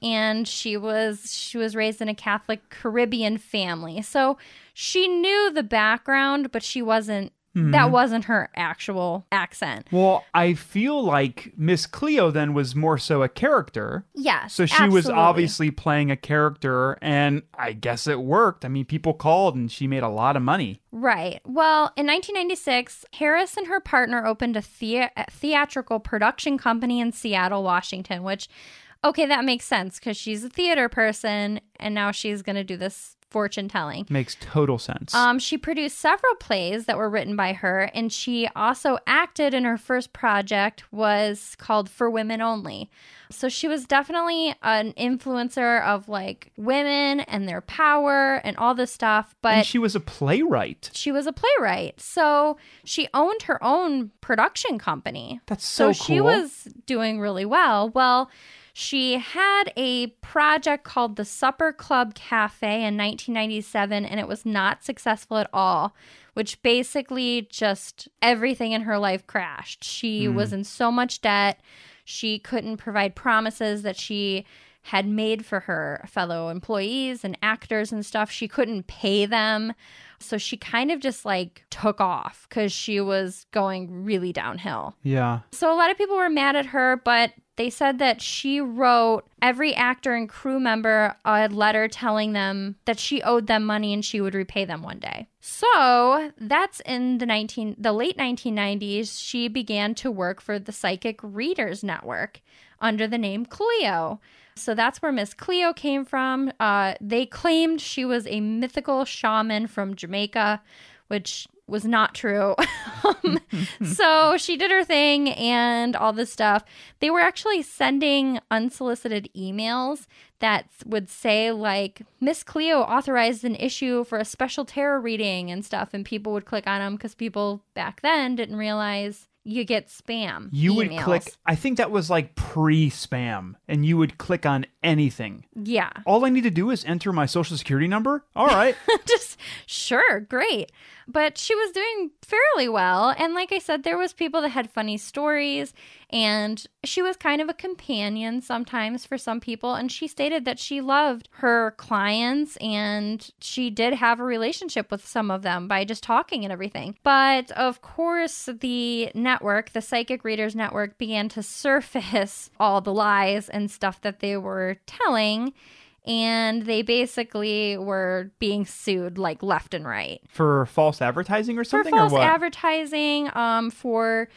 and she was she was raised in a Catholic Caribbean family. So she knew the background, but she wasn't Hmm. that wasn't her actual accent. Well, I feel like Miss Cleo then was more so a character. Yes. So she was absolutely. obviously playing a character, and I guess it worked. I mean, people called and she made a lot of money. Right. Well, in 1996, Harris and her partner opened a, thea- a theatrical production company in Seattle, Washington, which, okay, that makes sense because she's a theater person and now she's going to do this fortune telling. Makes total sense. Um, she produced several plays that were written by her, and she also acted in her first project was called For Women Only. So she was definitely an influencer of like women and their power and all this stuff. But and she was a playwright. she was a playwright. So she owned her own production company. That's so, cool. she was doing really well. Well, she had a project called the Supper Club Cafe in 1997, and it was not successful at all, which basically just everything in her life crashed. She Mm. was in so much debt. She couldn't provide promises that she had made for her fellow employees and actors and stuff. She couldn't pay them. So she kind of just like took off because she was going really downhill. Yeah. So a lot of people were mad at her, but they said that she wrote every actor and crew member a letter telling them that she owed them money and she would repay them one day. So that's in the 19 the late 1990s she began to work for the Psychic Readers Network under the name Cleo. So that's where Miss Cleo came from. Uh, they claimed she was a mythical shaman from Jamaica, which was not true. Um, so she did her thing and all this stuff. They were actually sending unsolicited emails that would say, like, Miss Cleo authorized an issue for a special tarot reading and stuff. And people would click on them because people back then didn't realize you get spam. You would emails. click, I think that was like pre spam, and you would click on anything. Yeah. All I need to do is enter my social security number. All right. just sure great but she was doing fairly well and like i said there was people that had funny stories and she was kind of a companion sometimes for some people and she stated that she loved her clients and she did have a relationship with some of them by just talking and everything but of course the network the psychic readers network began to surface all the lies and stuff that they were telling and they basically were being sued like left and right For false advertising or something? for false or what? advertising um for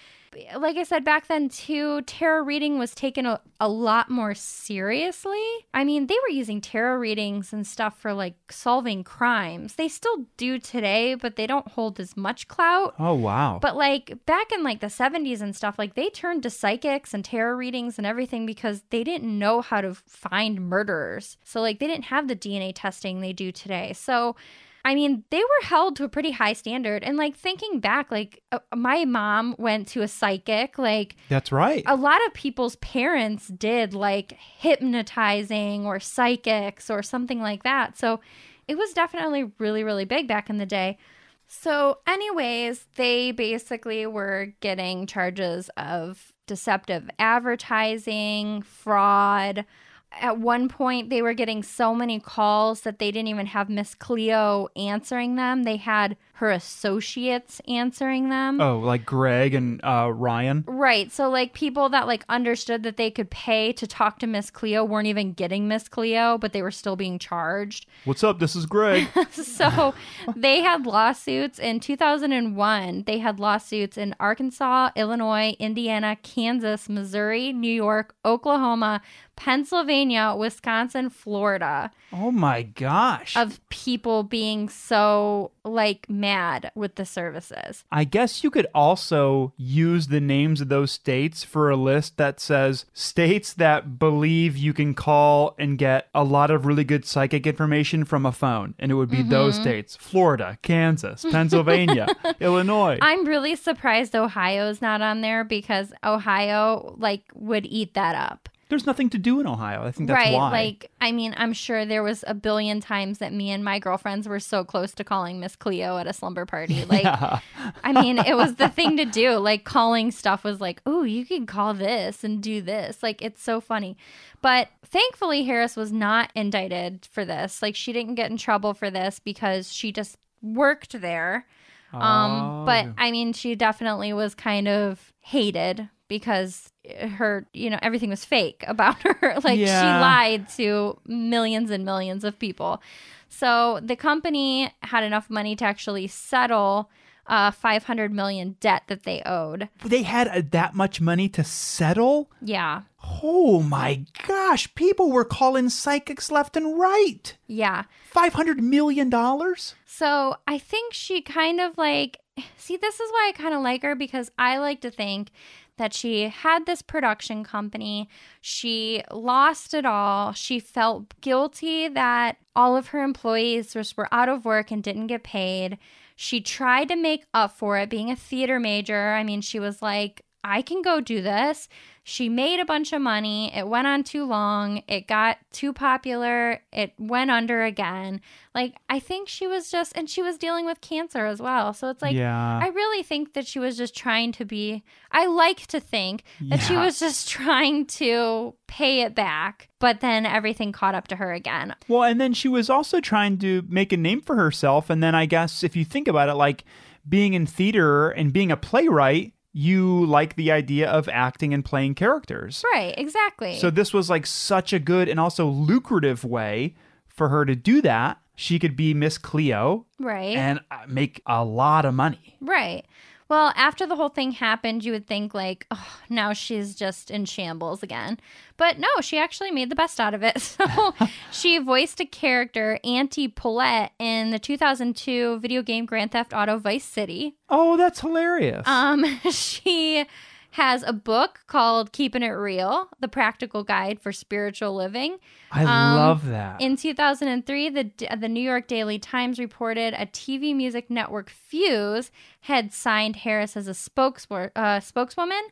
like i said back then too tarot reading was taken a, a lot more seriously i mean they were using tarot readings and stuff for like solving crimes they still do today but they don't hold as much clout oh, wow. but like back in like the 70s and stuff, like they turned to psychics and tarot readings and everything because they didn't know how to find murderers. So like they didn't have the DNA testing they do today. So I mean, they were held to a pretty high standard. And like thinking back, like uh, my mom went to a psychic, like That's right. Oh. a lot of people's parents did like hypnotizing or psychics or something like that. So it was definitely really, really big back in the day. So, anyways, they basically were getting charges of deceptive advertising, fraud. At one point, they were getting so many calls that they didn't even have Miss Cleo answering them. They had her associates answering them. Oh, like Greg and uh, Ryan. Right. So like people that like understood that they could pay to talk to Miss Cleo weren't even getting Miss Cleo, but they were still being charged. What's up? This is Greg. so they had lawsuits in 2001. They had lawsuits in Arkansas, Illinois, Indiana, Kansas, Missouri, New York, Oklahoma, Pennsylvania, Pennsylvania, Wisconsin, Florida Oh my gosh. of people being so like mad with the services. I guess you could also use the names of those states for a list that says states that believe you can call and get a lot of really good psychic information from a phone. And it would be those Mm-hmm. states Florida, Kansas, Pennsylvania, Illinois. I'm really surprised Ohio's not on there because Ohio like would eat that up. There's nothing to do in Ohio. I think that's right. why. Like, I mean, I'm sure there was a billion times that me and my girlfriends were so close to calling Miss Cleo at a slumber party. Like, I mean, it was the thing to do. Like, calling stuff was like, oh, you can call this and do this. Like, it's so funny. But thankfully, Harris was not indicted for this. Like, she didn't get in trouble for this because she just worked there. Um, but I mean, she definitely was kind of hated because her, you know, everything was fake about her. like Yeah. she lied to millions and millions of people. So the company had enough money to actually settle uh 500 million debt that they owed. they had uh, that much money to settle? Yeah. Oh my gosh. People were calling psychics left and right. Yeah. $500 million? So I think she kind of like, see, this is why I kind of like her because I like to think that she had this production company. She lost it all. She felt guilty that all of her employees just were out of work and didn't get paid. She tried to make up for it being a theater major. I mean, she was like, I can go do this. She made a bunch of money. It went on too long. It got too popular. It went under again. Like, I think she was just, and she was dealing with cancer as well. So it's like, Yeah. I really think that she was just trying to be, I like to think that she Yeah. was just trying to pay it back, but then everything caught up to her again. Well, and then she was also trying to make a name for herself. And then I guess if you think about it, like being in theater and being a playwright, you like the idea of acting and playing characters. Right, exactly. So this was like such a good and also lucrative way for her to do that. She could be Miss Cleo right. and uh, make a lot of money. Right. Well, after the whole thing happened, you would think like, oh, now she's just in shambles again. But no, she actually made the best out of it. So she voiced a character, Auntie Paulette, in the 2002 video game Grand Theft Auto Vice City. Oh, that's hilarious. Um, she has a book called Keeping It Real: The Practical Guide for Spiritual Living. I um, love that. In 2003, the the New York Daily Times reported a TV music network Fuse had signed Harris as a spokeswor- uh, spokeswoman.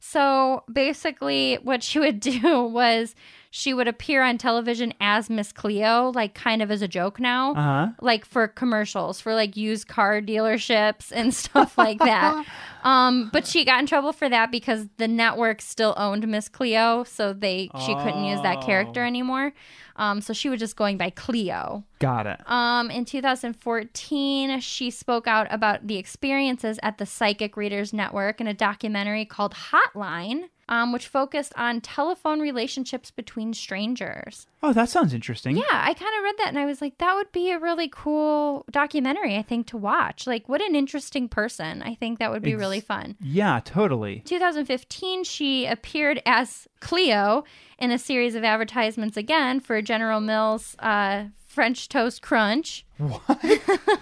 So basically, what she would do was she would appear on television as Miss Cleo, like kind of as a joke now, Uh-huh. like for commercials for like used car dealerships and stuff like that. Um, but she got in trouble for that because the network still owned Miss Cleo, so they she couldn't use that character anymore. Um, so she was just going by Cleo. Got it. Um, in 2014, she spoke out about the experiences at the Psychic Readers Network in a documentary called Hotline, um, which focused on telephone relationships between strangers. Oh, that sounds interesting. Yeah, I kind of read that and I was like, that would be a really cool documentary, I think, to watch. Like, what an interesting person. I think that would be Ex- really fun. Yeah, totally. 2015, she appeared as Cleo in a series of advertisements again for General Mills uh, French Toast Crunch. What?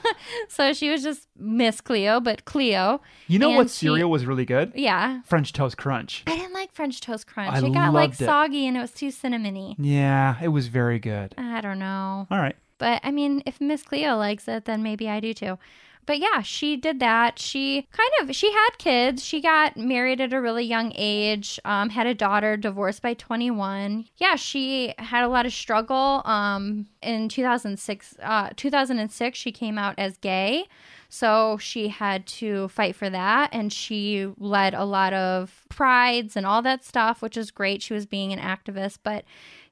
so she was just Miss Cleo, but Cleo. You know And what she- cereal was really good? Yeah. French Toast Crunch. I didn't like French Toast Crunch. I it got like loved it. soggy and it was too cinnamony. Yeah, it was very good. I don't know. All right. But I mean, if Miss Cleo likes it, then maybe I do too. But yeah, she did that. She kind of she had kids. She got married at a really young age. Um, had a daughter, divorced by 21. Yeah, she had a lot of struggle. Um, in 2006, uh, 2006, she came out as gay, so she had to fight for that, and she led a lot of prides and all that stuff, which is great. She was being an activist, but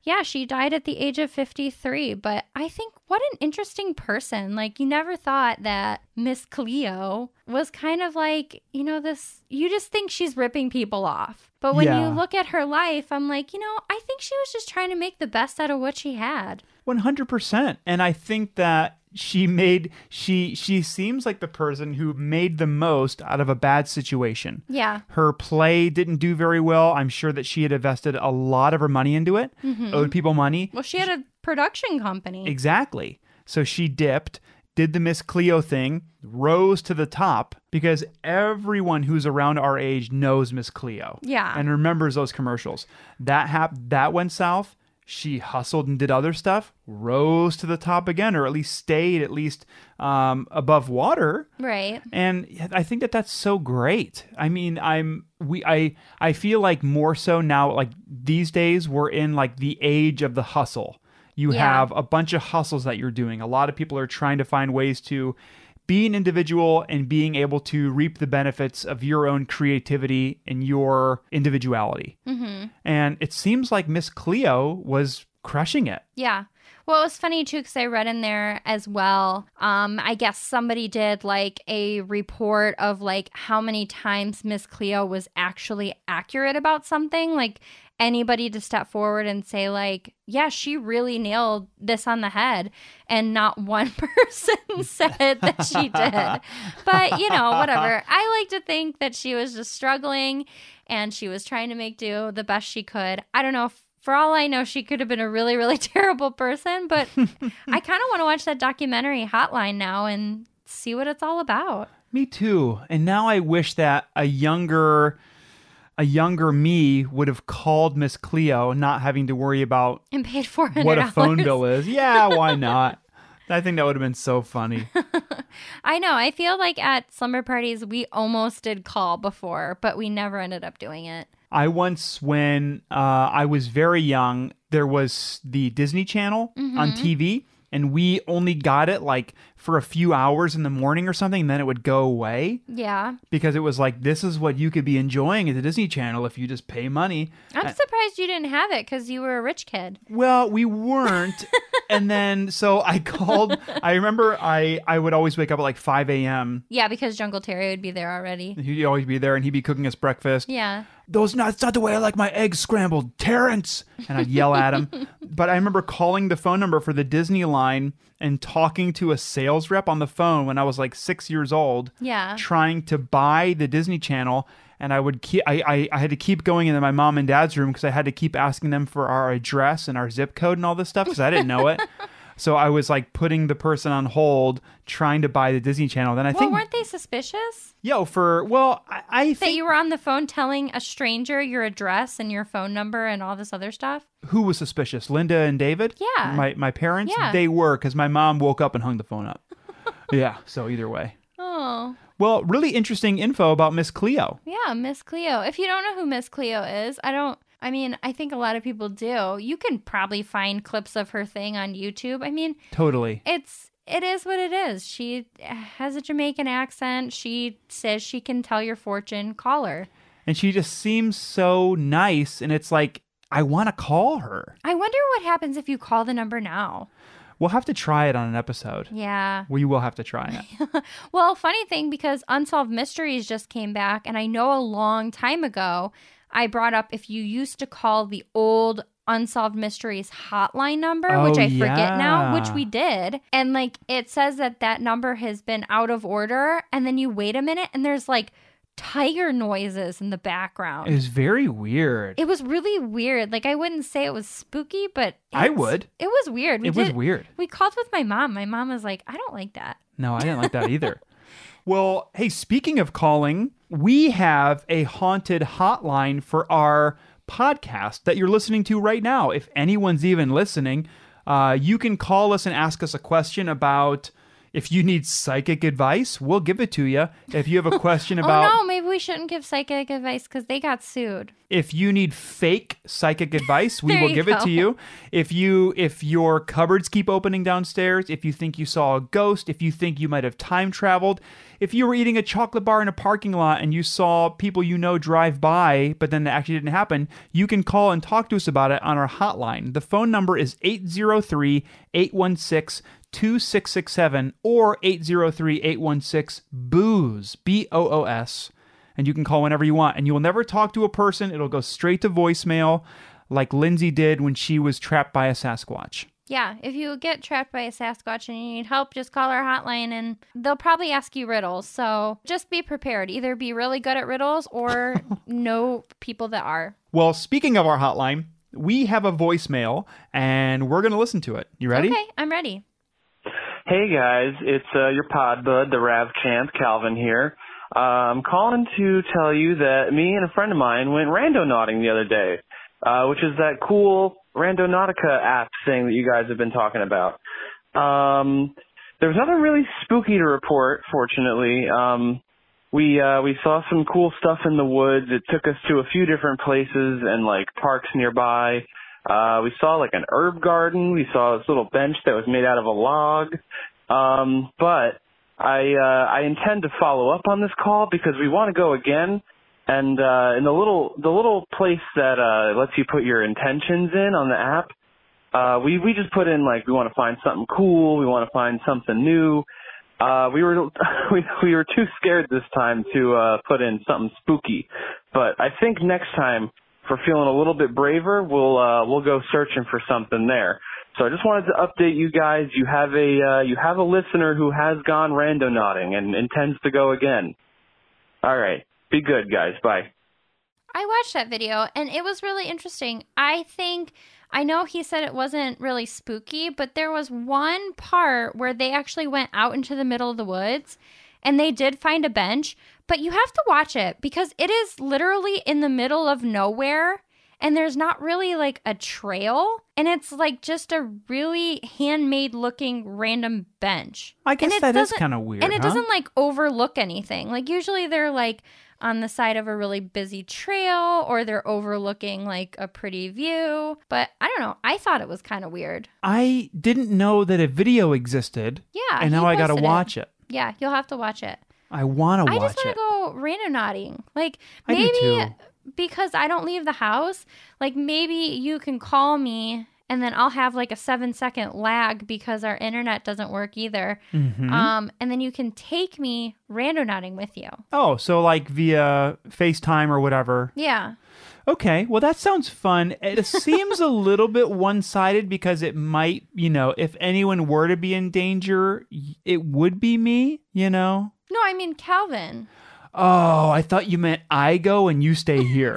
yeah, she died at the age of 53, but I think what an interesting person. Like, you never thought that Miss Cleo was kind of like, you know, this, you just think she's ripping people off. But when Yeah. you look at her life, I'm like, you know, I think she was just trying to make the best out of what she had. 100%. And I think that she made she she seems like the person who made the most out of a bad situation. Yeah. Her play didn't do very well. I'm sure that she had invested a lot of her money into it, Mm-hmm. owed people money. Well, she had a production company. Exactly. So she dipped, did the Miss Cleo thing, rose to the top because everyone who's around our age knows Miss Cleo. Yeah. And remembers those commercials. That hap- that went south. She hustled and did other stuff, rose to the top again, or at least stayed at least um, above water right. and i think that that's so great i mean i'm we i i feel like more so now like these days we're in like the age of the hustle you Yeah. have a bunch of hustles that you're doing a lot of people are trying to find ways to be an individual and being able to reap the benefits of your own creativity and your individuality and it seems like miss cleo was crushing it Yeah. Well, it was funny too because I read in there as well. Um, I guess somebody did like a report of like how many times Miss Cleo was actually accurate about something. Like anybody to step forward and say like, "Yeah, she really nailed this on the head," and not one person said that she did. But you know, whatever. I like to think that she was just struggling, and she was trying to make do the best she could. I don't know if for all I know, she could have been a really, really terrible person, but I kind of want to watch that documentary Hotline now and see what it's all about. Me too. And now I wish that a younger a younger me would have called Miss Cleo, not having to worry about And paid four hundred. what a phone bill is. Yeah, why not? I think that would have been so funny. I know. I feel like at slumber parties we almost did call before, but we never ended up doing it. I once, when uh, I was very young, there was the Disney Channel on TV, and we only got it like for a few hours in the morning or something, and then it would go away Yeah, because it was like, this is what you could be enjoying at the Disney Channel if you just pay money. I'm surprised you didn't have it because you were a rich kid. Well, we weren't. and then so I called. I remember I I would always wake up at like 5 a.m. Yeah, because Jungle Terry would be there already. He'd always be there and he'd be cooking us breakfast. Yeah, Those not, that's not the way I like my eggs scrambled, Terrence. And I'd yell at him. But I remember calling the phone number for the Disney line and talking to a sales rep on the phone when I was like six years old yeah. trying to buy the Disney Channel, and I would keep I, I, I had to keep going into my mom and dad's room because I had to keep asking them for our address and our zip code and all this stuff because I didn't know it. So I was like putting the person on hold, trying to buy the Disney Channel. Then I Well, think, weren't they suspicious? yo, for well, I, I that think you were on the phone telling a stranger your address and your phone number and all this other stuff. who was suspicious, Linda and David. Yeah. my my parents. Yeah. They were because my mom woke up and hung the phone up. yeah. So either way. Oh, Well, really interesting info about Miss Cleo. yeah, Miss Cleo. If you don't know who Miss Cleo is, I don't. I mean, I think a lot of people do. You can probably find clips of her thing on YouTube. I mean, Totally. it's it is what it is. She has a Jamaican accent. She says she can tell your fortune. Call her. and she just seems so nice and it's like i want to call her I wonder what happens if you call the number now. we'll have to try it on an episode Yeah. we will have to try it Well, funny thing because Unsolved Mysteries just came back, and I know a long time ago I brought up if you used to call the old Unsolved Mysteries hotline number, which Oh, I forget now, which yeah. we did, and like it says that that number has been out of order, and then you wait a minute, and there's like tiger noises in the background. it was very weird it was really weird. Like I wouldn't say it was spooky, but I it's- would. It was weird. We it was did- weird We called with my mom. My mom was like, "I don't like that." no i didn't like that either well hey speaking of calling we have a haunted hotline for our podcast that you're listening to right now if anyone's even listening uh, you can call us and ask us a question about if you need psychic advice we'll give it to you if you have a question about oh no, maybe we shouldn't give psychic advice because they got sued. If you need fake psychic advice, we There will you give it go. to you. If you if your cupboards keep opening downstairs, if you think you saw a ghost, if you think you might have time traveled, if you were eating a chocolate bar in a parking lot and you saw people you know drive by, but then it actually didn't happen, you can call and talk to us about it on our hotline. The phone number is 803-816-2667 or 803-816-BOOZE, B O O S and you can call whenever you want and you will never talk to a person it'll go straight to voicemail like lindsay did when she was trapped by a sasquatch Yeah, if you get trapped by a Sasquatch and you need help, just call our hotline and they'll probably ask you riddles. So just be prepared. Either be really good at riddles or know people that are. Well, speaking of our hotline, we have a voicemail and we're going to listen to it. You ready? Okay, I'm ready. Hey guys, it's uh, your pod bud, the Rav Champ, Calvin here. Um, calling to tell you that me and a friend of mine went randonauting the other day, uh, which is that cool Randonautica app thing that you guys have been talking about. Um, there was nothing really spooky to report, fortunately. Um, we uh, we saw some cool stuff in the woods. It took us to a few different places and like parks nearby. Uh, we saw like an herb garden. We saw this little bench that was made out of a log. Um, but I uh, I intend to follow up on this call because we want to go again. And uh, in the little the little place that uh, lets you put your intentions in on the app, uh, we we just put in like we want to find something cool. We want to find something new. Uh, we were we, we were too scared this time to uh, put in something spooky, but I think next time for feeling a little bit braver, we'll uh, we'll go searching for something there. So I just wanted to update you guys. You have a uh, you have a listener who has gone randonauting and intends to go again. All right, be good, guys. Bye. I watched that video and it was really interesting. I think I know he said it wasn't really spooky, but there was one part where they actually went out into the middle of the woods and they did find a bench, but you have to watch it because it is literally in the middle of nowhere and there's not really like a trail and it's like just a really handmade looking random bench. I And guess it that is doesn't- kind of weird. and it huh? doesn't like overlook anything. Like usually they're like on the side of a really busy trail or they're overlooking like a pretty view. But I don't know. I thought it was kind of weird. I didn't know that a video existed. Yeah, And now he I got to posted it. watch it. Yeah, you'll have to watch it. I want to I watch just it. want to go randonauting. Like I do maybe too. because I don't leave the house, like maybe you can call me and then I'll have like a seven second lag because our internet doesn't work either. Mm-hmm. Um, and then you can take me randonauting with you. Oh, so like via FaceTime or whatever. Yeah. Okay, well, that sounds fun. It seems a little bit one sided because it might, you know, if anyone were to be in danger, y- it would be me, you know? No, I mean Calvin. Oh, I thought you meant I go and you stay here.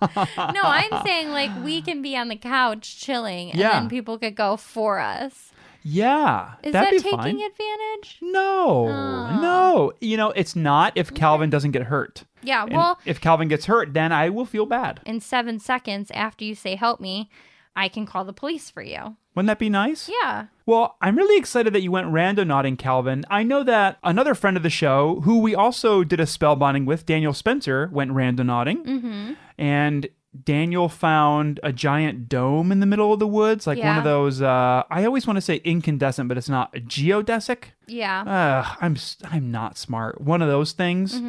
No, I'm saying like we can be on the couch chilling and Yeah. then people could go for us. yeah. Is that'd that be taking fine. Mm. advantage? No, no. You know, it's not if Calvin doesn't get hurt. Yeah, And well, if Calvin gets hurt, then I will feel bad. in seven seconds after you say help me, I can call the police for you. Wouldn't that be nice? Yeah. Well, I'm really excited that you went randonauting, Calvin. I know that another friend of the show, who we also did a spell bonding with, Daniel Spencer, went randonauting. Mm-hmm. And Daniel found a giant dome in the middle of the woods, like one Yeah. of those. Uh, I always want to say incandescent, but it's not a geodesic. Yeah. Uh, I'm s- I'm not smart. One of those things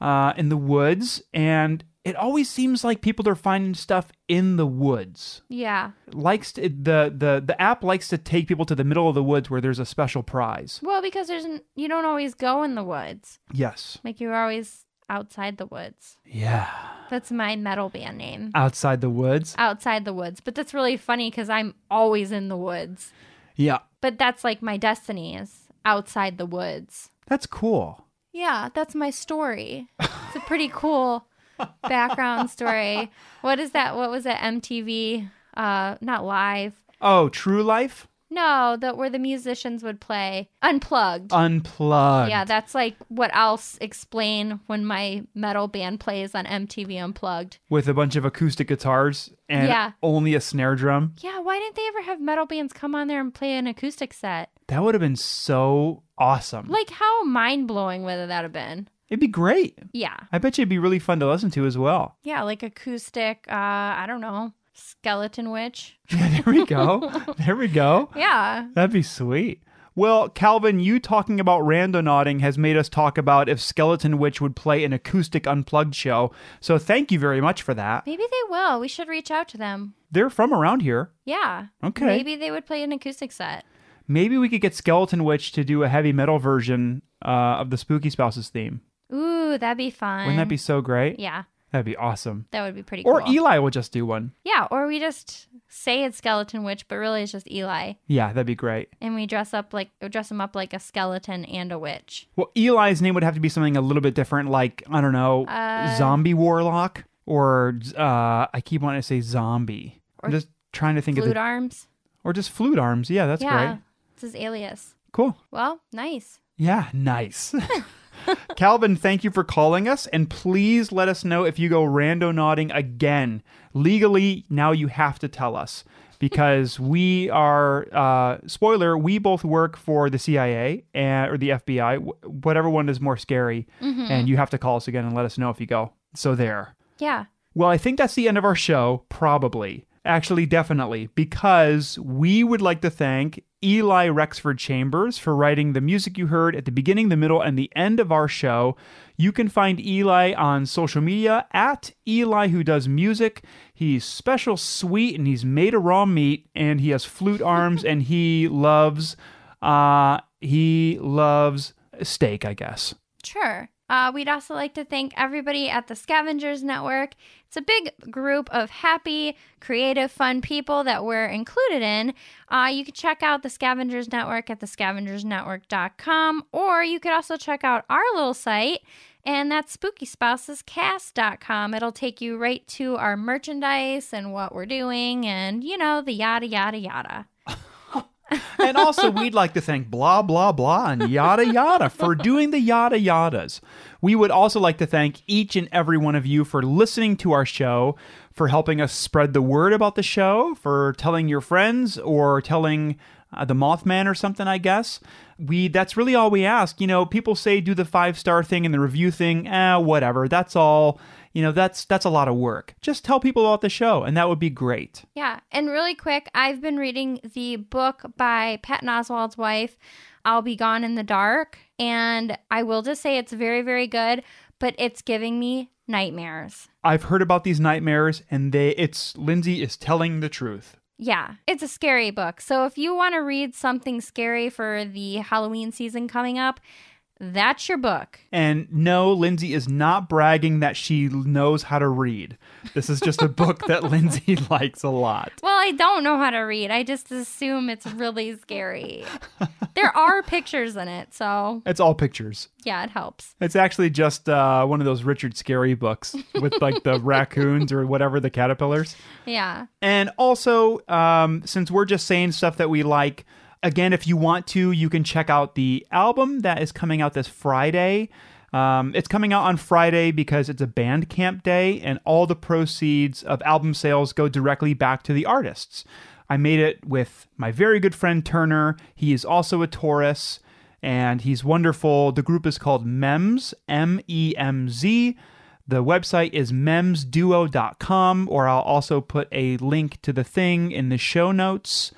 uh, in the woods, and it always seems like people are finding stuff in the woods yeah. likes to, the the the app likes to take people to the middle of the woods where there's a special prize. Well, because there's n- you don't always go in the woods. Yes. Like you're always outside the woods. Yeah. That's my metal band Uh. name. Outside the woods. Outside the woods. But that's really funny cuz I'm always in the woods. Yeah. But that's like my destiny is outside the woods. That's cool. Yeah, that's my story. It's a pretty cool background story. What is that? What was it? MTV? Uh, not live. Oh, True Life No, that where the musicians would play Oh. unplugged. Unplugged. yeah, that's like what else explain when my metal band plays on MTV Unplugged. with a bunch of acoustic guitars and Yeah. only a snare drum. Yeah, why didn't they ever have metal bands come on there and play an acoustic set? That would have been so awesome. Like how mind blowing would that have been? it'd be great. Yeah. I bet you it'd be really fun to listen to as well. Yeah, like acoustic, uh, I don't know, skeleton witch. there we go. there we go. Yeah. That'd be sweet. Well, Calvin, you talking about randonauting has made us talk about if Skeleton Witch would play an acoustic unplugged show. So thank you very much for that. Maybe they will. We should reach out to them. They're from around here. Yeah. Okay. Maybe they would play an acoustic set. Maybe we could get Skeleton Witch to do a heavy metal version uh, of the Spooky Spouses theme. Ooh, that'd be fun. Wouldn't that be so great? Yeah. That'd be awesome. That would be pretty Or cool. Eli will just do one. yeah, or we just say it's Skeleton Witch, but really it's just Eli. Yeah, that'd be great. And we dress up like dress him up like a skeleton and a witch. Well, Eli's name would have to be something a little bit different, like I don't know, Uh, zombie warlock, or uh, I keep wanting to say zombie. I'm just trying to think of Flute the, arms. or just flute arms. Yeah, that's yeah. great. It's his alias. Cool. Well, nice. Yeah, nice. Calvin, thank you for calling us, and please let us know if you go rando nodding again. Legally, now you have to tell us because we are uh, spoiler. We both work for the CIA and, eh, or the FBI, wh- whatever one is more scary, and you have to call us again and let us know if you go. So there. Yeah. Well, I think that's the end of our show, probably. Actually, definitely, because we would like to thank Eli Rexford Chambers for writing the music you heard at the beginning, the middle, and the end of our show. You can find Eli on social media at Eli Who Does Music. He's special sweet and he's made of raw meat and he has flute arms and he loves uh he loves steak, I guess. Sure. Uh, we'd also like to thank everybody at the Scavengers Network. It's a big group of happy, creative, fun people that we're included in. Uh, you can check out the Scavengers Network at thescavengersnetwork.com, or you could also check out our little site, and that's spookyspousescast.com. It'll take you right to our merchandise and what we're doing, and you know, the yada, yada, yada. and also, we'd like to thank blah, blah, blah, and yada, yada for doing the yada, yadas. We would also like to thank each and every one of you for listening to our show, for helping us spread the word about the show, for telling your friends or telling uh, the Mothman or something, I guess. We that's really all we ask. You know, people say do the five star thing and the review thing. Eh, whatever. That's all. You know, that's that's a lot of work. Just tell people about the show, and that would be great. Yeah. And really quick, I've been reading the book by Patton Oswald's wife, I'll Be Gone in the Dark. And I will just say it's very, very good, but it's giving me nightmares. I've heard about these nightmares and they it's Lindsay is telling the truth. Yeah, it's a scary book. So if you want to read something scary for the Halloween season coming up, that's your book. And no, Lindsay is not bragging that she knows how to read. This is just a book that Lindsay likes a lot. Well, I don't know how to read. I just assume it's really scary. there are pictures in it, so It's all pictures. yeah, it helps. It's actually just uh, one of those Richard Scary books with like the raccoons or whatever the caterpillars. Yeah. And also, um, since we're just saying stuff that we like, again, if you want to, you can check out the album that is coming out this Friday. Um, it's coming out on Friday because it's a band camp day, and all the proceeds of album sales go directly back to the artists. I made it with my very good friend Turner. He is also a Taurus, and he's wonderful. The group is called MEMS, M E M Z. The website is memsduo.com, or I'll also put a link to the thing in the show notes.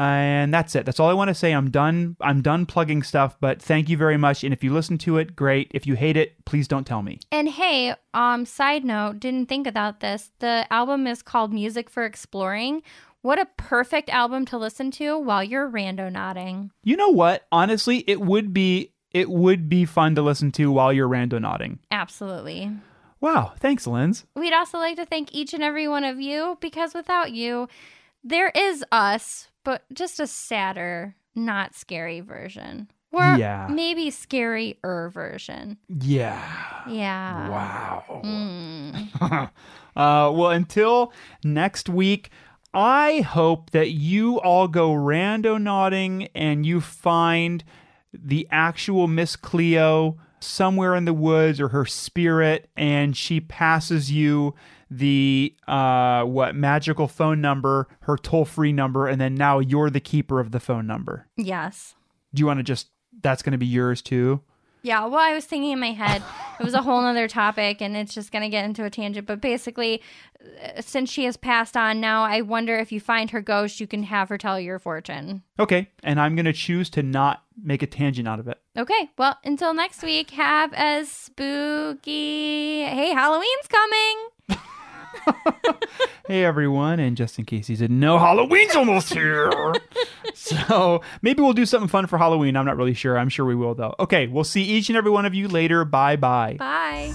And that's it. That's all I want to say. I'm done. I'm done plugging stuff, but thank you very much. And if you listen to it, great. If you hate it, please don't tell me. And hey, um, side note, didn't think about this. The album is called Music for Exploring. What a perfect album to listen to while you're rando nodding. You know what? Honestly, it would be it would be fun to listen to while you're rando nodding. Absolutely. Wow. Thanks, Linz. We'd also like to thank each and every one of you because without you, there is us, but just a sadder, not scary version. Or Yeah. maybe scarier version. Yeah. Yeah. Wow. Mm. Uh, well, until next week, I hope that you all go rando nodding and you find the actual Miss Cleo somewhere in the woods or her spirit, and she passes you the uh, what magical phone number, her toll free number, and then now you're the keeper of the phone number. Yes. Do you want to just? That's going to be yours too. Yeah, well, I was thinking in my head, it was a whole nother topic, and it's just going to get into a tangent. But basically, uh, since she has passed on now, I wonder if you find her ghost, you can have her tell your fortune. Okay, and I'm going to choose to not make a tangent out of it. Okay, well, until next week, have a spooky. Hey, Halloween's coming. hey everyone and just in case you didn't know halloween's almost here so maybe we'll do something fun for halloween i'm not really sure i'm sure we will though okay we'll see each and every one of you later bye bye Bye.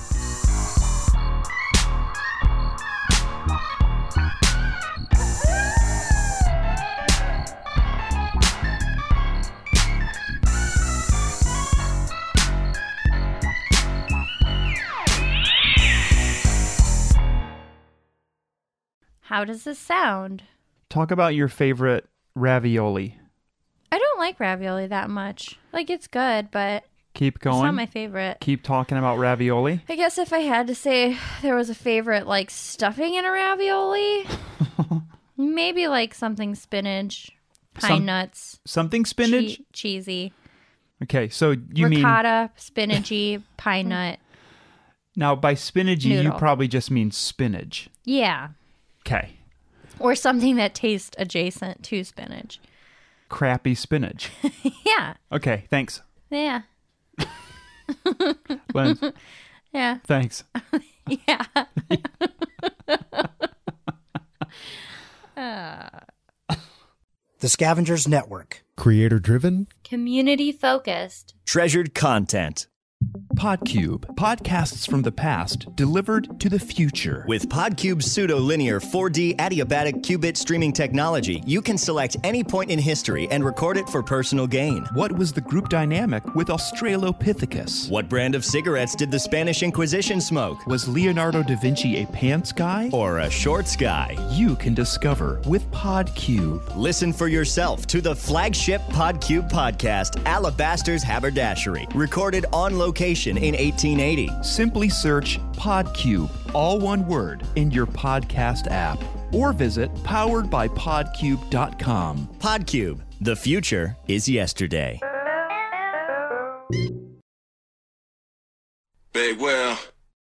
How does this sound? Talk about your favorite ravioli. I don't like ravioli that much. Like it's good, but Keep it's going. not my favorite. Keep talking about ravioli. I guess if I had to say there was a favorite, like stuffing in a ravioli, maybe like something spinach, pine Some- nuts, Something che- spinach. cheesy, okay, so you mean ricotta, spinachy, pine nut. now by spinachy you Noodle. probably just mean spinach. Yeah. Okay, Or something that tastes adjacent to spinach. crappy spinach. Yeah. Okay, thanks, Yeah. Lynn. Yeah. thanks. Yeah. The Scavengers Network. Creator driven. Community focused. Treasured content PodCube, podcasts from the past delivered to the future. with PodCube's pseudo-linear 4D adiabatic qubit streaming technology. You can select any point in history and record it for personal gain. What was the group dynamic with Australopithecus? What brand of cigarettes did the Spanish Inquisition smoke? Was Leonardo da Vinci a pants guy? Or a shorts guy? you can discover with PodCube. Listen for yourself to the flagship PodCube podcast, Alabaster's Haberdashery, recorded on location in 1880. Simply search PodCube, all one word, in your podcast app or visit poweredbypodcube.com. PodCube, the future is yesterday. Beware